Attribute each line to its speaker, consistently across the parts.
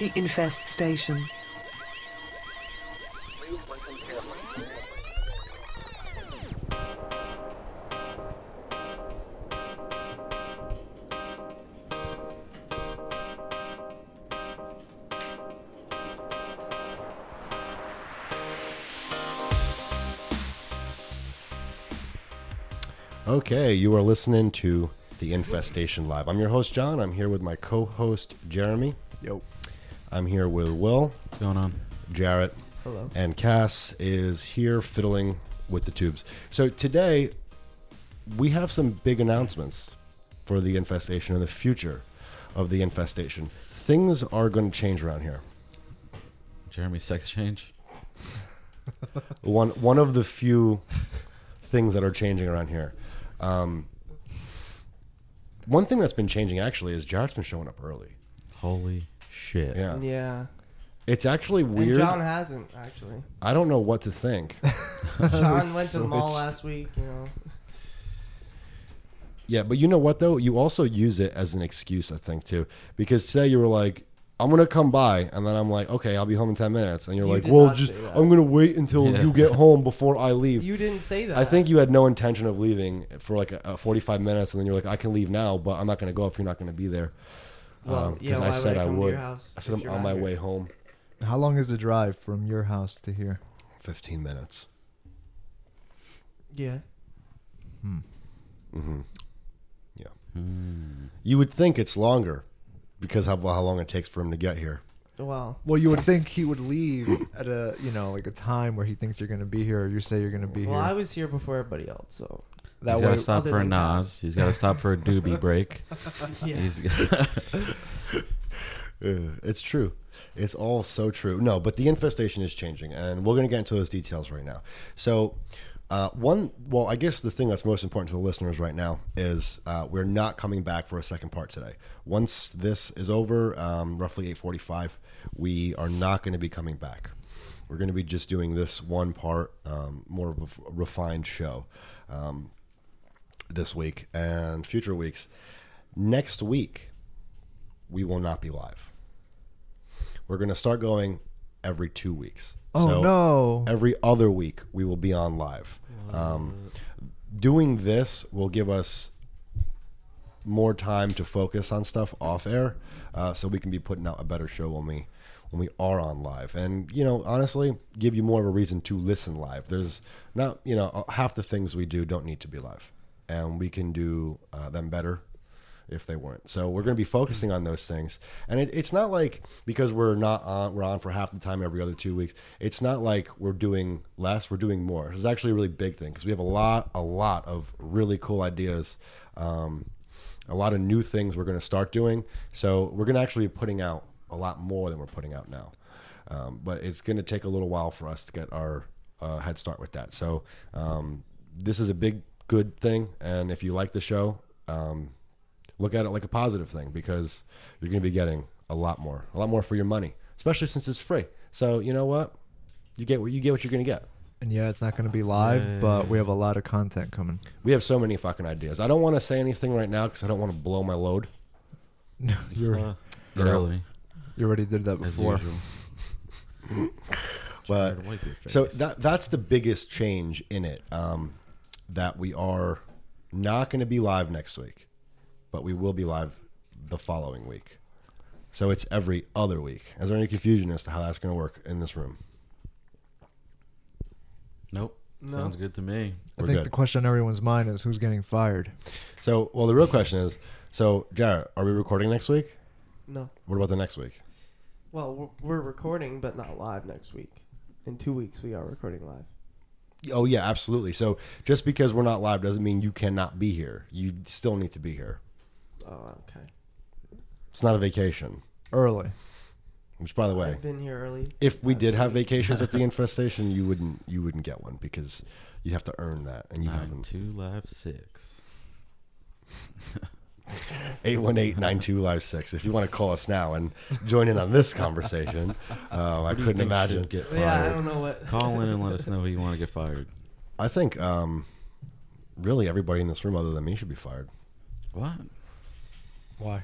Speaker 1: The Infest Station.
Speaker 2: Okay, you are listening to The Infestation Live. I'm your host, John. I'm here with my co host, Jeremy.
Speaker 3: Yo.
Speaker 2: I'm here with Will,
Speaker 4: What's going on?
Speaker 2: Jarrett.
Speaker 3: Hello.
Speaker 2: And Cass is here fiddling with the tubes. So today, we have some big announcements for The Infestation and the future of The Infestation. Things are going to change around here.
Speaker 4: Jeremy sex change?
Speaker 2: one one of the few things that are changing around here. Um, one thing that's been changing actually is Jarrett's been showing up early.
Speaker 4: Holy shit.
Speaker 2: Yeah,
Speaker 3: Yeah.
Speaker 2: it's actually
Speaker 3: And
Speaker 2: weird.
Speaker 3: John hasn't actually.
Speaker 2: I don't know what to think.
Speaker 3: John went to the mall
Speaker 4: switched.
Speaker 3: last week. You know.
Speaker 2: yeah, but you know what though? You also use it as an excuse, I think, too, because today you were like. I'm gonna come by, and then I'm like, okay, I'll be home in ten minutes, and you're
Speaker 3: You
Speaker 2: like,
Speaker 3: did
Speaker 2: well,
Speaker 3: not
Speaker 2: just
Speaker 3: say that.
Speaker 2: I'm gonna wait until
Speaker 4: Yeah.
Speaker 2: you get home before I leave.
Speaker 3: You didn't say that.
Speaker 2: I think you had no intention of leaving for like a, a 45 minutes, and then you're like, I can leave now, but I'm not going to go if you're not going to be there.
Speaker 3: Well,
Speaker 2: Um,
Speaker 3: yeah,
Speaker 2: 'cause
Speaker 3: why
Speaker 2: I
Speaker 3: would
Speaker 2: said
Speaker 3: I
Speaker 2: I
Speaker 3: come to
Speaker 2: would.
Speaker 3: your house
Speaker 2: I said
Speaker 3: if
Speaker 2: I'm
Speaker 3: you're
Speaker 2: on
Speaker 3: not
Speaker 2: my
Speaker 3: here?
Speaker 2: way home.
Speaker 5: How long is the drive from your house to here?
Speaker 2: 15 minutes.
Speaker 3: Yeah.
Speaker 2: You would think it's longer because how, how long it takes for him to get here.
Speaker 3: Well,
Speaker 5: Well, you would think he would leave at a you know like a time where he thinks you're gonna be here, or you say you're gonna be
Speaker 3: well, I
Speaker 5: here.
Speaker 3: was here before everybody else, so
Speaker 5: That
Speaker 4: He's
Speaker 5: way,
Speaker 4: gotta stop
Speaker 3: other
Speaker 4: for a
Speaker 3: than that.
Speaker 4: Nas. He's gotta stop for a doobie break.
Speaker 3: yeah.
Speaker 4: He's
Speaker 2: Uh, it's true. It's all so true. No, but the infestation is changing, and we're going to get into those details right now. So, uh, one, well, I guess the thing that's most important to the listeners right now is uh, we're not coming back for a second part today. Once this is over, um, roughly eight forty-five, we are not going to be coming back. We're going to be just doing this one part, um, more of a f- refined show um, this week and future weeks. Next week, we will not be live. We're going to start going every two weeks.
Speaker 5: oh
Speaker 2: So
Speaker 5: no!
Speaker 2: Every other week, we will be on live. Um, doing this will give us more time to focus on stuff off air, uh, so we can be putting out a better show when we when we are on live. And you know, honestly, give you more of a reason to listen live. There's not you know uh, half the things we do don't need to be live, and we can do uh, them better if they weren't. So we're going to be focusing on those things. And it, it's not like because we're not on, we're on for half the time every other two weeks. It's not like we're doing less. We're doing more. This is actually a really big thing because we have a lot, a lot of really cool ideas. Um, a lot of new things we're going to start doing. So we're going to actually be putting out a lot more than we're putting out now. Um, but it's going to take a little while for us to get our uh, head start with that. So um, this is a big, good thing. And if you like the show, um, look at it like a positive thing because you're going to be getting a lot more, a lot more for your money, especially since it's free. So you know what, you get what you get what you're going to get.
Speaker 5: And yeah, it's not gonna be live, but we have a lot of content coming.
Speaker 2: We have so many fucking ideas. I don't want to say anything right now because I don't want to blow my load.
Speaker 5: You're,
Speaker 2: You know,
Speaker 4: early
Speaker 5: you already did that
Speaker 4: as
Speaker 5: before.
Speaker 4: usual.
Speaker 2: But
Speaker 4: Try to wipe your
Speaker 2: so
Speaker 4: face.
Speaker 2: that that's the biggest change in it um, that we are not going to be live next week, but we will be live the following week. So it's every other week. Is there any confusion as to how that's going to work in this room?
Speaker 4: nope.
Speaker 3: No.
Speaker 4: Sounds good to me.
Speaker 5: I
Speaker 2: We're
Speaker 5: think
Speaker 2: good.
Speaker 5: the question on everyone's mind is who's getting fired.
Speaker 2: So, well, the real question is: So, Jarrett, are we recording next week?
Speaker 3: no.
Speaker 2: What about the next week?
Speaker 3: Well, we're, we're recording, but not live next week. In two weeks, we are recording live.
Speaker 2: Oh yeah, absolutely. So, just because we're not live doesn't mean you cannot be here. You still need to be here.
Speaker 3: Oh, okay.
Speaker 2: It's not a vacation.
Speaker 5: Early.
Speaker 2: Which, by the way,
Speaker 3: I've been here early.
Speaker 2: if we did have vacations at the infestation, you wouldn't you wouldn't get one because you have to earn that, and you
Speaker 4: Nine
Speaker 2: haven't.
Speaker 4: two live six.
Speaker 2: Eight one eight nine two live six. If you want to call us now and join in on this conversation, um, I
Speaker 4: Who do you
Speaker 2: couldn't
Speaker 4: think
Speaker 2: imagine.
Speaker 4: should Get fired.
Speaker 3: Yeah, I don't know what.
Speaker 4: Call in and let us know who you want to get fired.
Speaker 2: I think um, really everybody in this room, other than me, should be fired.
Speaker 4: What?
Speaker 5: Why?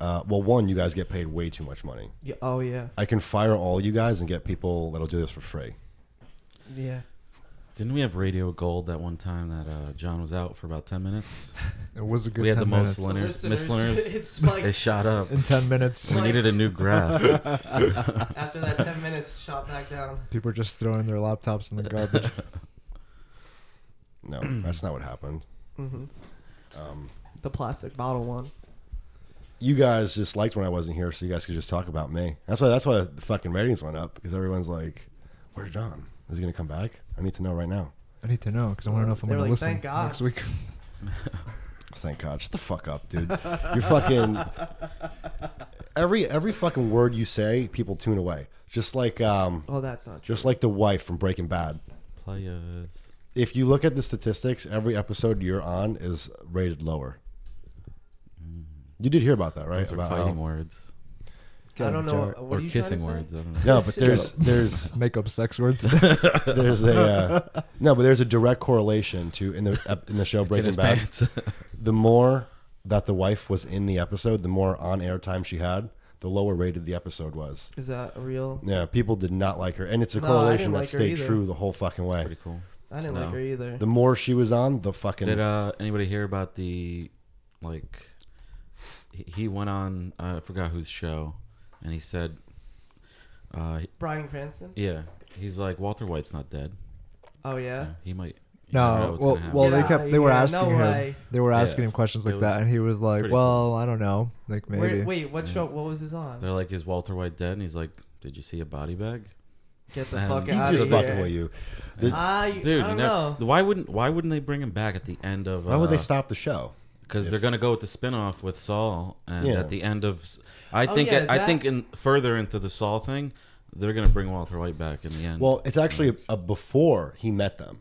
Speaker 2: Uh, well, one, you guys get paid way too much money.
Speaker 3: Yeah, oh yeah,
Speaker 2: I can fire all you guys and get people that'll do this for free.
Speaker 3: yeah.
Speaker 4: Didn't we have Radio Gold that one time that uh, John was out for about ten minutes?
Speaker 5: It was a good.
Speaker 4: We had
Speaker 5: 10
Speaker 4: the most
Speaker 5: minutes.
Speaker 4: Listeners-
Speaker 3: The
Speaker 4: listeners,
Speaker 3: it spiked
Speaker 4: It shot up.
Speaker 5: in ten minutes.
Speaker 4: We needed a new graph.
Speaker 3: after that ten minutes. Shot back down.
Speaker 5: People are just throwing their laptops in the garbage.
Speaker 2: No, that's not what happened.
Speaker 3: hmm
Speaker 2: Um,
Speaker 3: The plastic bottle one.
Speaker 2: you guys just liked when I wasn't here, so you guys could just talk about me. That's why. That's why the fucking ratings went up because everyone's like, "Where's John? Is he gonna come back? I need to know right now."
Speaker 5: I need to know because I want to know if I'm
Speaker 3: They're
Speaker 5: going to
Speaker 3: like,
Speaker 5: listen
Speaker 3: "Thank God."
Speaker 5: next week.
Speaker 2: Thank God. Shut the fuck up, dude. You're fucking every every fucking word you say, people tune away. Just like um,
Speaker 3: Oh, that's not true.
Speaker 2: just like the wife from Breaking Bad.
Speaker 4: Players.
Speaker 2: If you look at the statistics, every episode you're on is rated lower. You did hear about that, right?
Speaker 4: Those are
Speaker 2: About
Speaker 4: fighting
Speaker 2: how-
Speaker 4: words.
Speaker 3: I don't know.
Speaker 5: Jarrett.
Speaker 3: What are
Speaker 4: or
Speaker 3: you trying to
Speaker 4: kissing
Speaker 3: say?
Speaker 4: words. I don't know.
Speaker 2: no, but there's there's
Speaker 5: Make up sex words.
Speaker 2: there's a uh, no, but there's a direct correlation to in the ep- in the show
Speaker 4: It's in
Speaker 2: Breaking
Speaker 4: his
Speaker 2: Bad.
Speaker 4: pants.
Speaker 2: The more that the wife was in the episode, the more on air time she had, the lower rated the episode was.
Speaker 3: Is that real?
Speaker 2: Yeah, people did not like her, and it's a
Speaker 3: No, I
Speaker 2: correlation
Speaker 3: didn't
Speaker 2: that
Speaker 3: like her
Speaker 2: stayed
Speaker 3: either.
Speaker 2: true the whole fucking way.
Speaker 4: Pretty cool.
Speaker 3: I didn't
Speaker 4: No.
Speaker 3: like her either.
Speaker 2: The more she was on, the fucking
Speaker 4: Did uh, anybody hear about the like? he- He went on. Uh, I forgot whose show, and he said, uh,
Speaker 3: Brian Cranston.
Speaker 4: "Yeah, he's like Walter White's not dead.
Speaker 3: Oh yeah.
Speaker 4: Yeah, He might." you never know
Speaker 5: No,
Speaker 4: what's
Speaker 5: well,
Speaker 4: gonna happen.
Speaker 5: well, they
Speaker 3: Yeah,
Speaker 5: kept they were
Speaker 3: yeah, no
Speaker 5: asking him
Speaker 3: way.
Speaker 5: they were
Speaker 4: Yeah.
Speaker 5: asking him questions
Speaker 4: It
Speaker 5: like that,
Speaker 4: was
Speaker 5: and he was like,
Speaker 4: pretty cool.
Speaker 5: "Well, I don't know, like maybe."
Speaker 3: Where, wait, what show? What was this on?
Speaker 4: They're like, "Is Walter White dead?" And he's like, "Did you see a body bag?"
Speaker 3: Get the
Speaker 4: Um,
Speaker 3: fuck
Speaker 4: You
Speaker 3: out
Speaker 2: I'm
Speaker 3: of
Speaker 2: just
Speaker 3: here.
Speaker 2: fucking with you. The-
Speaker 3: I,
Speaker 4: Dude,
Speaker 3: I
Speaker 4: you never,
Speaker 3: don't know.
Speaker 4: why wouldn't why wouldn't they bring him back at the end of?
Speaker 2: Why would they
Speaker 4: uh,
Speaker 2: stop the show?
Speaker 4: because they're gonna go with the spin-off with Saul, and
Speaker 2: Yeah.
Speaker 4: at the end of, I
Speaker 3: Oh,
Speaker 4: think
Speaker 3: yeah,
Speaker 4: I
Speaker 3: Zach-
Speaker 4: think in further into the Saul thing, they're gonna bring Walter White back in the end.
Speaker 2: Well, it's actually a, before he met them,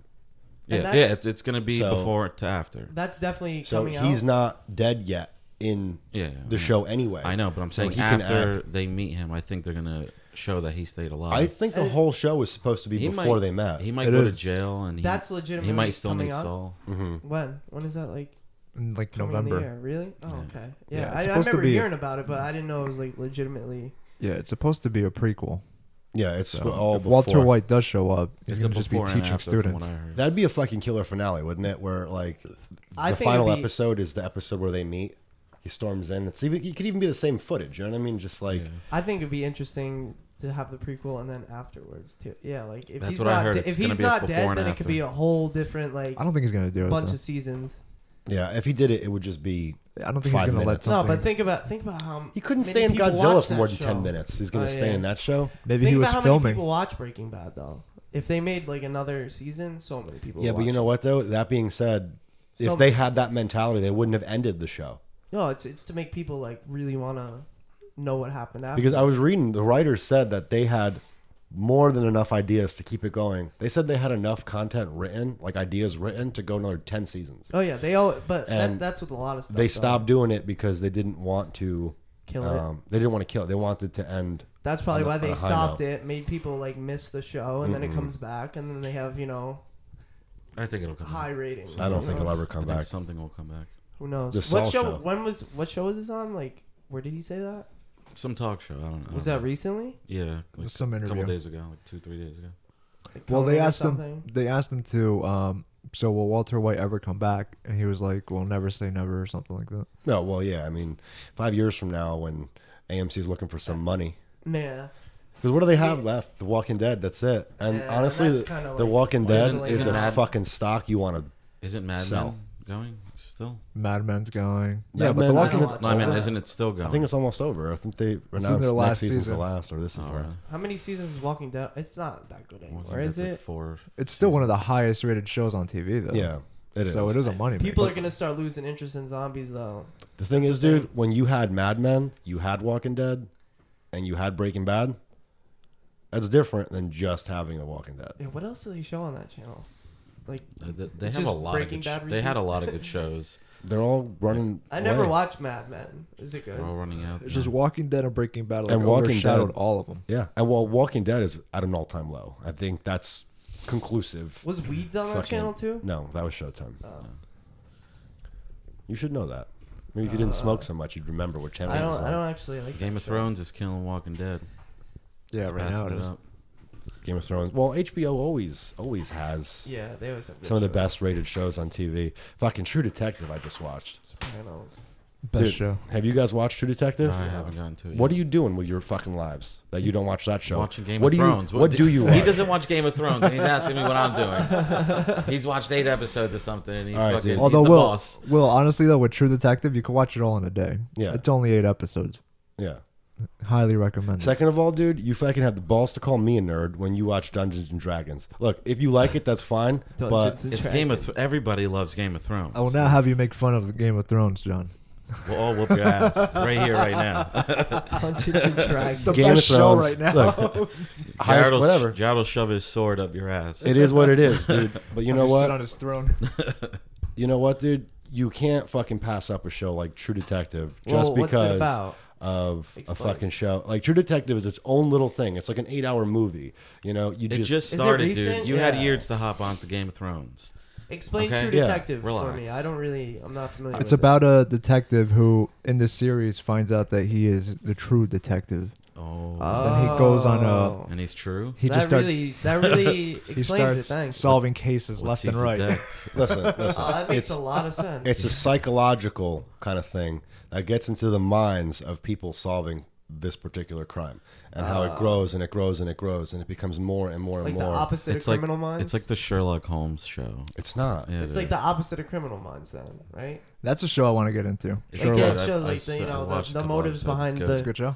Speaker 4: yeah,
Speaker 3: and that's-
Speaker 4: yeah, it's it's gonna be
Speaker 2: So-
Speaker 4: before to after.
Speaker 3: That's definitely
Speaker 2: so
Speaker 3: coming
Speaker 2: he's
Speaker 3: out.
Speaker 2: not dead yet in
Speaker 4: Yeah,
Speaker 2: the
Speaker 4: I know.
Speaker 2: show anyway.
Speaker 4: I know, but I'm
Speaker 2: So
Speaker 4: saying
Speaker 2: he can
Speaker 4: after
Speaker 2: act.
Speaker 4: they meet him, I think they're gonna show that he stayed alive.
Speaker 2: I think the whole show was supposed to be
Speaker 4: he
Speaker 2: before
Speaker 4: might,
Speaker 2: they met.
Speaker 4: He might
Speaker 5: It
Speaker 4: go
Speaker 5: is.
Speaker 4: to jail, and he,
Speaker 3: That's legitimate.
Speaker 4: he might still need
Speaker 3: up?
Speaker 4: Saul.
Speaker 3: When? When is that like?
Speaker 5: In like
Speaker 3: coming in the
Speaker 5: November.
Speaker 3: air? Really? Oh,
Speaker 4: Yeah.
Speaker 3: okay.
Speaker 5: Yeah,
Speaker 3: Yeah,
Speaker 5: it's
Speaker 3: I, I
Speaker 5: supposed to
Speaker 3: remember
Speaker 5: be-
Speaker 3: hearing about it, but I didn't know it was like legitimately.
Speaker 5: Yeah, it's supposed to be a prequel.
Speaker 2: yeah, it's
Speaker 5: So
Speaker 2: all
Speaker 5: if
Speaker 2: before.
Speaker 5: Walter White does show up, he's
Speaker 4: It's
Speaker 5: going
Speaker 4: a
Speaker 5: to just be
Speaker 4: before and
Speaker 5: teaching
Speaker 4: after, from what
Speaker 5: students.
Speaker 4: I heard.
Speaker 2: That'd be a fucking killer finale, wouldn't it? Where like the
Speaker 3: I think
Speaker 2: final
Speaker 3: it'd be-
Speaker 2: episode is the episode where they meet. He storms in. It's even. It could even be the same footage. You know what I mean? Just like
Speaker 4: Yeah.
Speaker 3: I think it'd be interesting to have the prequel and then afterwards too. Yeah, like if
Speaker 4: That's
Speaker 3: he's
Speaker 4: what I
Speaker 3: not
Speaker 4: heard.
Speaker 3: de-
Speaker 4: It's
Speaker 3: if
Speaker 4: gonna
Speaker 3: he's
Speaker 4: be a
Speaker 3: not
Speaker 4: before
Speaker 3: dead,
Speaker 4: and
Speaker 3: then it could
Speaker 4: after.
Speaker 3: be a whole different like
Speaker 5: I don't think he's going to do it.
Speaker 3: bunch
Speaker 5: though.
Speaker 3: of seasons.
Speaker 2: yeah, if he did it, it would just be.
Speaker 5: I don't think he's
Speaker 2: five
Speaker 5: going to let
Speaker 2: minutes.
Speaker 3: No,
Speaker 5: something.
Speaker 3: but think about think about how
Speaker 2: He couldn't
Speaker 3: many
Speaker 2: stay in
Speaker 3: people
Speaker 2: Godzilla
Speaker 3: watch
Speaker 2: for more
Speaker 3: that
Speaker 2: than ten
Speaker 3: show.
Speaker 2: minutes. He's gonna
Speaker 3: Oh,
Speaker 2: stay
Speaker 3: yeah.
Speaker 2: in that show.
Speaker 5: maybe
Speaker 3: think
Speaker 5: he was
Speaker 3: about how many
Speaker 5: filming.
Speaker 3: people watch Breaking Bad though. If they made like another season, so many people.
Speaker 2: Yeah,
Speaker 3: would
Speaker 2: but you
Speaker 3: watch
Speaker 2: know what though? That being said,
Speaker 3: So-
Speaker 2: if they had that mentality, they wouldn't have ended the show.
Speaker 3: it. no, it's it's to make people like really want to know what happened after.
Speaker 2: Because I was reading, the writers said that they had more than enough ideas to keep it going. They said they had enough content written, like ideas written, to go another ten seasons.
Speaker 3: oh yeah, they all. But that,
Speaker 2: And
Speaker 3: that's with a lot of stuff.
Speaker 2: They
Speaker 3: though.
Speaker 2: stopped doing it because they didn't want to.
Speaker 3: Kill it.
Speaker 2: Um, they didn't want to kill it. They wanted to end.
Speaker 3: That's probably
Speaker 2: on a-
Speaker 3: why
Speaker 2: on
Speaker 3: they
Speaker 2: a high
Speaker 3: stopped
Speaker 2: note. Mm-hmm.
Speaker 3: it. Made people like miss the show, and then it comes back, and then they have you know
Speaker 4: I think it'll come.
Speaker 3: high
Speaker 4: back.
Speaker 3: ratings.
Speaker 2: I don't
Speaker 3: Who
Speaker 2: think
Speaker 3: knows?
Speaker 2: it'll ever come
Speaker 4: I think
Speaker 2: back.
Speaker 4: something will come back.
Speaker 3: Who knows?
Speaker 2: The
Speaker 3: what
Speaker 2: Saul
Speaker 3: show,
Speaker 2: show.
Speaker 3: When was what show was this on? Like, where did he say that?
Speaker 4: Some talk show. I don't know.
Speaker 3: Was
Speaker 2: Uh-huh.
Speaker 3: that recently?
Speaker 4: Yeah, like
Speaker 5: Some
Speaker 4: a
Speaker 5: interview.
Speaker 4: couple days ago, like two, three days ago.
Speaker 3: Like,
Speaker 5: Well, they
Speaker 3: Conan or
Speaker 5: asked him.
Speaker 3: something?
Speaker 5: They asked him to. Um, so will Walter White ever come back? And he was like, "Well, never say never" or something like that.
Speaker 2: No, well, yeah. I mean, five years from now, when AMC's looking for some money,
Speaker 3: Yeah.
Speaker 2: Because what do they have left? The Walking Dead. That's it. And
Speaker 3: Yeah,
Speaker 2: honestly,
Speaker 3: that's
Speaker 2: the,
Speaker 3: kinda
Speaker 2: the
Speaker 3: like-
Speaker 2: Walking Dead
Speaker 3: Isn't-
Speaker 2: is
Speaker 4: isn't
Speaker 2: a
Speaker 4: that-
Speaker 2: fucking stock you want to.
Speaker 4: Isn't Mad
Speaker 2: Sell.
Speaker 4: Men going still?
Speaker 5: Mad Men's going.
Speaker 2: Mad
Speaker 5: yeah, but
Speaker 2: Men
Speaker 5: the
Speaker 3: is
Speaker 5: Walking
Speaker 3: not-
Speaker 5: Dead.
Speaker 4: No, I mean,
Speaker 3: over.
Speaker 4: isn't it still going?
Speaker 2: I think it's almost over. I think they announced
Speaker 5: their
Speaker 2: next
Speaker 5: last
Speaker 2: season's
Speaker 5: season.
Speaker 2: the last, or this is
Speaker 4: Oh,
Speaker 2: the
Speaker 4: right.
Speaker 2: last.
Speaker 3: How many seasons is Walking Dead? It's not that good
Speaker 4: Walking
Speaker 3: anymore, is
Speaker 4: Dead's like
Speaker 3: it?
Speaker 4: four.
Speaker 5: It's still one of the highest rated shows on TV though.
Speaker 2: Yeah, it is.
Speaker 5: so it is a money.
Speaker 3: People are
Speaker 5: maker.
Speaker 3: gonna start losing interest in zombies though.
Speaker 2: The thing
Speaker 3: That's
Speaker 2: is,
Speaker 3: the
Speaker 2: dude, when you had Mad Men, you had Walking Dead, and you had Breaking Bad. That's different than just having The Walking Dead.
Speaker 3: Yeah, what else do they show on that channel? Like,
Speaker 4: Uh, They, they
Speaker 3: It's
Speaker 4: have a
Speaker 3: just
Speaker 4: lot of
Speaker 3: Breaking
Speaker 4: good.
Speaker 3: Bad
Speaker 4: Sh- they had a
Speaker 3: repeat.
Speaker 4: lot of good shows.
Speaker 2: They're all running.
Speaker 3: I never
Speaker 2: away.
Speaker 3: watched Mad Men. Is it good?
Speaker 4: They're all running out.
Speaker 5: It's
Speaker 4: now.
Speaker 5: just Walking Dead and Breaking Bad. Like,
Speaker 2: And Walking
Speaker 5: overshadowed
Speaker 2: Dead-
Speaker 5: all of them.
Speaker 2: Yeah, and while Walking Dead is at an all-time low, I think that's conclusive.
Speaker 3: Was Weeds on that
Speaker 2: Fucking-
Speaker 3: channel too?
Speaker 2: No, that was Showtime.
Speaker 3: Oh.
Speaker 2: You should know that. Maybe if you didn't
Speaker 3: Uh,
Speaker 2: smoke so much, you'd remember what channel
Speaker 3: I
Speaker 2: it was
Speaker 3: don't. I
Speaker 2: on.
Speaker 3: don't actually like
Speaker 4: Game
Speaker 3: that
Speaker 4: of
Speaker 3: show.
Speaker 4: Thrones is killing Walking Dead.
Speaker 5: Yeah,
Speaker 4: It's
Speaker 5: right
Speaker 4: passing
Speaker 5: now it
Speaker 4: it
Speaker 5: is.
Speaker 4: up.
Speaker 2: Game of Thrones. Well, HBO always always has
Speaker 3: Yeah, they always have good
Speaker 2: some of the
Speaker 3: shows.
Speaker 2: best rated shows on TV. Fucking True Detective, I just watched.
Speaker 3: Sopranos.
Speaker 5: Best
Speaker 2: Dude,
Speaker 5: show.
Speaker 2: Have you guys watched True Detective?
Speaker 4: I haven't gotten to it.
Speaker 2: What
Speaker 4: yet.
Speaker 2: are you doing with your fucking lives that you don't watch that show?
Speaker 4: watching Game
Speaker 2: what
Speaker 4: of
Speaker 2: do
Speaker 4: Thrones?
Speaker 2: You, what, do you watch?
Speaker 4: He doesn't watch Game of Thrones, and he's asking me what I'm doing. He's watched eight episodes of something, and he's
Speaker 2: All right,
Speaker 4: fucking.
Speaker 2: dude.
Speaker 4: He's
Speaker 5: Although,
Speaker 4: the
Speaker 5: Will,
Speaker 4: boss.
Speaker 5: Will, honestly though, with True Detective, you can watch it all in a day.
Speaker 2: Yeah.
Speaker 5: it's only eight episodes.
Speaker 2: yeah.
Speaker 5: Highly recommend. it.
Speaker 2: Second of all, dude, you fucking have the balls to call me a nerd when you watch Dungeons and Dragons. Look, if you like it, that's fine.
Speaker 3: Dungeons
Speaker 2: but
Speaker 3: and
Speaker 4: It's Game of. Th-
Speaker 3: Dragons.
Speaker 4: everybody loves Game of Thrones.
Speaker 2: Oh,
Speaker 5: I will now have you make fun of Game of Thrones, John.
Speaker 4: We'll all whoop your ass right here, right now.
Speaker 3: Dungeons and Dragons.
Speaker 5: the
Speaker 2: Game
Speaker 5: best
Speaker 2: of
Speaker 5: show
Speaker 2: Thrones,
Speaker 5: right now.
Speaker 2: Look, highest,
Speaker 4: Jared will,
Speaker 2: whatever.
Speaker 4: Jared will shove his sword up your ass.
Speaker 2: It is what it is, dude. But you know
Speaker 5: Just
Speaker 2: what?
Speaker 5: Sit on his throne.
Speaker 2: you know what, dude? You can't fucking pass up a show like True Detective
Speaker 3: Well,
Speaker 2: just
Speaker 3: what's it
Speaker 2: because
Speaker 3: about?
Speaker 2: of
Speaker 3: Explain.
Speaker 2: a fucking show. Like True Detective is its own little thing. It's like an eight-hour movie. You know, you
Speaker 4: It
Speaker 2: just,
Speaker 4: just,
Speaker 3: Is it
Speaker 4: started, dude.
Speaker 3: recent?
Speaker 4: You had
Speaker 3: Yeah.
Speaker 4: years to hop onto Game of Thrones.
Speaker 3: Explain
Speaker 4: Okay.
Speaker 3: True
Speaker 2: Yeah,
Speaker 3: Detective for
Speaker 4: relax.
Speaker 3: me. I don't really. I'm not familiar.
Speaker 5: It's
Speaker 3: with
Speaker 5: about a detective who, in this series, finds out that he is the true detective.
Speaker 4: Oh,
Speaker 3: It.
Speaker 5: then he goes on a-
Speaker 3: Oh.
Speaker 4: and he's true.
Speaker 5: He
Speaker 3: that
Speaker 5: just starts,
Speaker 3: really. That really
Speaker 5: he
Speaker 3: explains it.
Speaker 5: starts
Speaker 3: Thanks.
Speaker 5: solving cases
Speaker 4: What's
Speaker 5: left
Speaker 4: he
Speaker 5: and right.
Speaker 4: detect?
Speaker 2: listen, listen.
Speaker 3: Oh, that makes
Speaker 2: it's
Speaker 3: a lot of sense.
Speaker 2: it's a psychological kind of thing that gets into the minds of people solving this particular crime and how it grows and it grows and it grows and it becomes more and more and
Speaker 3: Ah. like the
Speaker 2: more.
Speaker 3: opposite
Speaker 4: It's
Speaker 3: of
Speaker 4: like
Speaker 3: Criminal Minds.
Speaker 4: it's like the Sherlock Holmes show.
Speaker 2: it's not.
Speaker 4: Yeah,
Speaker 3: It's
Speaker 4: it
Speaker 3: like
Speaker 4: is.
Speaker 3: the opposite of Criminal Minds, then, right?
Speaker 5: That's a show I want to get into.
Speaker 4: It's
Speaker 5: Sure,
Speaker 4: good.
Speaker 5: Will.
Speaker 4: I've-
Speaker 3: it shows,
Speaker 4: I've
Speaker 3: like, the- you
Speaker 4: seen-
Speaker 3: know,
Speaker 4: I've
Speaker 3: the-
Speaker 4: watched a
Speaker 3: the
Speaker 4: couple
Speaker 3: motives
Speaker 4: episodes. It's
Speaker 3: behind
Speaker 4: good.
Speaker 5: It's a good show.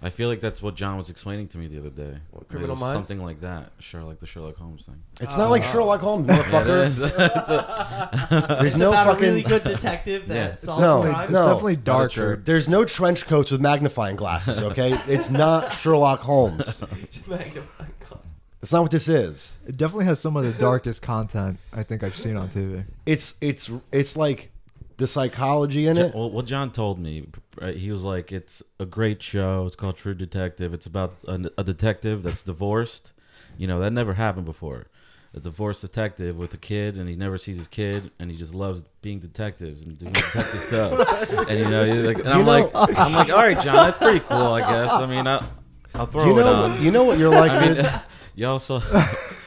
Speaker 4: I feel like that's what John was explaining to me the other day.
Speaker 3: What,
Speaker 4: It
Speaker 3: Criminal
Speaker 4: was
Speaker 3: Minds?
Speaker 4: something like that. Sure, like the Sherlock Holmes thing.
Speaker 2: It's not like
Speaker 3: Oh.
Speaker 2: Sherlock Holmes,
Speaker 4: Yeah, it
Speaker 2: motherfucker.
Speaker 4: is. It's a-
Speaker 2: There's
Speaker 3: it's
Speaker 2: no
Speaker 3: about
Speaker 2: fucking
Speaker 3: a really good detective that
Speaker 4: Yeah. It's
Speaker 3: solves
Speaker 2: no-
Speaker 3: crimes.
Speaker 5: It's
Speaker 2: no.
Speaker 5: definitely
Speaker 4: It's not a
Speaker 5: darker.
Speaker 4: true-
Speaker 2: There's no trench coats with magnifying glasses, okay? It's not Sherlock Holmes.
Speaker 3: Magnifying glass.
Speaker 2: It's not what this is.
Speaker 5: It definitely has some of the darkest content I think I've seen on TV.
Speaker 2: It's it's it's like the psychology in it.
Speaker 4: well, what John told me, right, he was like, "It's a great show. It's called True Detective. It's about a, a detective that's divorced. You know that never happened before. A divorced detective with a kid, and he never sees his kid, and he just loves being detectives and doing detective stuff. And you know, he's like, and
Speaker 2: you
Speaker 4: I'm
Speaker 2: know-
Speaker 4: like, I'm like, all right, John, that's pretty cool, I guess. I mean, I'll, I'll throw
Speaker 2: Do you
Speaker 4: it
Speaker 2: know
Speaker 4: on.
Speaker 2: you know what you're like,
Speaker 4: I mean,
Speaker 2: dude?
Speaker 4: you also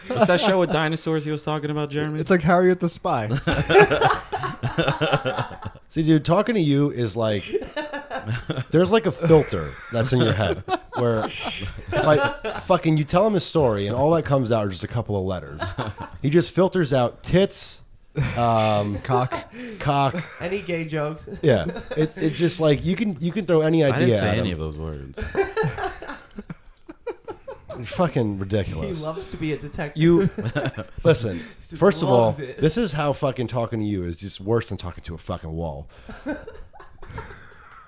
Speaker 4: what's that show with dinosaurs he was talking about, Jeremy?
Speaker 5: It's like Harriet the Spy.
Speaker 2: See, dude, talking to you is like there's like a filter that's in your head where if I, fucking you tell him a story and all that comes out are just a couple of letters. He just filters out tits, um,
Speaker 5: Cock.
Speaker 2: cock.
Speaker 3: Any gay jokes?
Speaker 2: Yeah, it, it just like you can you can throw any idea.
Speaker 4: I didn't say
Speaker 2: at
Speaker 4: any of
Speaker 2: him.
Speaker 4: those words.
Speaker 2: Fucking
Speaker 3: He
Speaker 2: ridiculous.
Speaker 3: loves to be a detective.
Speaker 2: You listen. First of all,
Speaker 3: loves it.
Speaker 2: this is how fucking talking to you is just worse than talking to a fucking wall.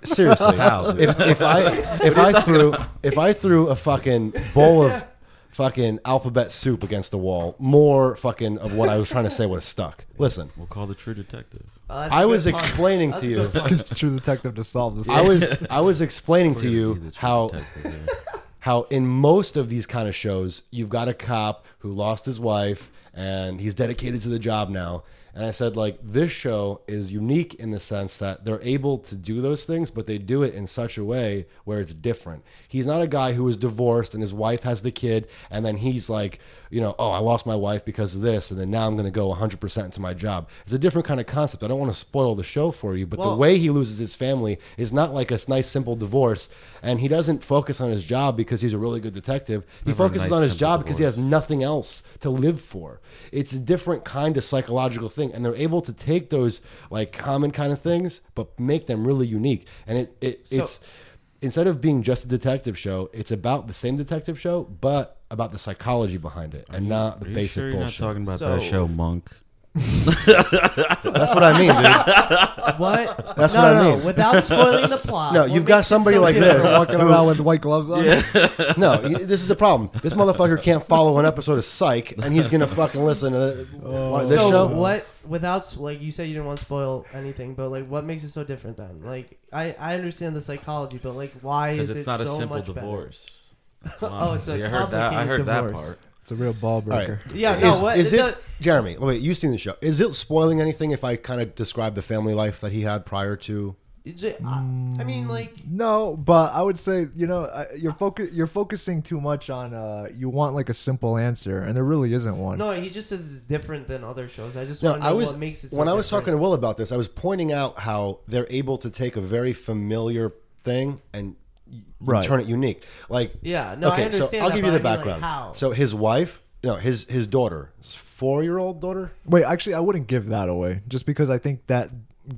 Speaker 2: Seriously,
Speaker 4: How, dude?
Speaker 2: if, if I if I threw if I threw a fucking bowl of fucking alphabet soup against the wall, more fucking of what I was trying to say would have stuck. Listen,
Speaker 4: We'll call the true detective.
Speaker 3: Oh, that's
Speaker 2: I
Speaker 3: a
Speaker 2: was
Speaker 3: good pun.
Speaker 2: explaining
Speaker 3: That's
Speaker 2: to
Speaker 3: a
Speaker 2: you.
Speaker 3: good pun.
Speaker 5: True detective to solve this.
Speaker 2: I was I was explaining to
Speaker 4: We're gonna be
Speaker 2: you
Speaker 4: the true
Speaker 2: how
Speaker 4: detective, yeah.
Speaker 2: how in most of these kind of shows you've got a cop who lost his wife and he's dedicated to the job now and i said like this show is unique in the sense that they're able to do those things but they do it in such a way where it's different he's not a guy who is divorced and his wife has the kid and then he's like you know oh i lost my wife because of this and then now i'm going to go 100% into my job it's a different kind of concept i don't want to spoil the show for you but the
Speaker 3: Well-
Speaker 2: way way he loses his family is not like a s- nice simple divorce and he doesn't focus on his job because he's a really good detective he
Speaker 4: never a
Speaker 2: focuses
Speaker 4: nice,
Speaker 2: on his
Speaker 4: simple
Speaker 2: job because he has
Speaker 4: divorce.
Speaker 2: nothing else to live for it's a different kind of psychological thing and they're able to take those like common kind of things but make them really unique and it, it
Speaker 3: So-
Speaker 2: it's instead of being just a detective show it's about the same detective show but about the psychology behind it and not the
Speaker 4: Are you
Speaker 2: basic
Speaker 4: sure you're
Speaker 2: bullshit
Speaker 4: not talking about
Speaker 3: So-
Speaker 4: that show Monk?
Speaker 2: that's what i mean dude
Speaker 3: What?
Speaker 2: That's
Speaker 3: no,
Speaker 2: what I
Speaker 3: no,
Speaker 2: mean.
Speaker 3: Without spoiling the plot.
Speaker 2: No,
Speaker 3: what
Speaker 2: you've got
Speaker 3: makes it
Speaker 2: somebody
Speaker 3: so
Speaker 2: like
Speaker 3: different?
Speaker 2: this.
Speaker 5: walking around with white gloves on.
Speaker 2: No, y- this is the problem. This motherfucker can't follow an episode of Psych, and he's gonna fucking listen to the,
Speaker 4: Oh,
Speaker 2: why- this
Speaker 3: so
Speaker 2: show.
Speaker 3: what? Without s- like you said, you didn't want to spoil anything, but like, what makes it so different then? Like, I I understand the psychology, but like, why
Speaker 4: Because
Speaker 3: is
Speaker 4: it's
Speaker 3: it
Speaker 4: not
Speaker 3: so
Speaker 4: a simple
Speaker 3: much better?
Speaker 4: divorce.
Speaker 3: Oh, it's a
Speaker 4: I heard that. I
Speaker 3: complicated
Speaker 4: heard that
Speaker 3: divorce.
Speaker 4: part.
Speaker 5: It's a real ball
Speaker 2: All right.
Speaker 5: breaker.
Speaker 3: Yeah, no,
Speaker 2: Is,
Speaker 3: what-
Speaker 2: is
Speaker 3: it
Speaker 2: it,
Speaker 3: does-
Speaker 2: Jeremy? Wait, you've seen the show. Is it spoiling anything if I kind of describe the family life that he had prior to
Speaker 3: It's ju- I, I mean, like,
Speaker 5: No, but I would say you know uh, you're focus you're focusing too much on uh you want like a simple answer and there really isn't one.
Speaker 3: no, he just says it's different than other shows. I just
Speaker 2: No,
Speaker 3: want to know
Speaker 2: I was
Speaker 3: Oh, what makes it. So
Speaker 2: when I was
Speaker 3: different.
Speaker 2: talking to Will about this, I was pointing out how they're able to take a very familiar thing and y-
Speaker 5: Right.
Speaker 2: turn it unique. Like
Speaker 3: Yeah, no, I understand
Speaker 2: so I'll
Speaker 3: that,
Speaker 2: give you the
Speaker 3: but I mean, like,
Speaker 2: background.
Speaker 3: how?
Speaker 2: So his wife, no, his his daughter, four year old daughter.
Speaker 5: Wait, actually, I wouldn't give that away just because I think that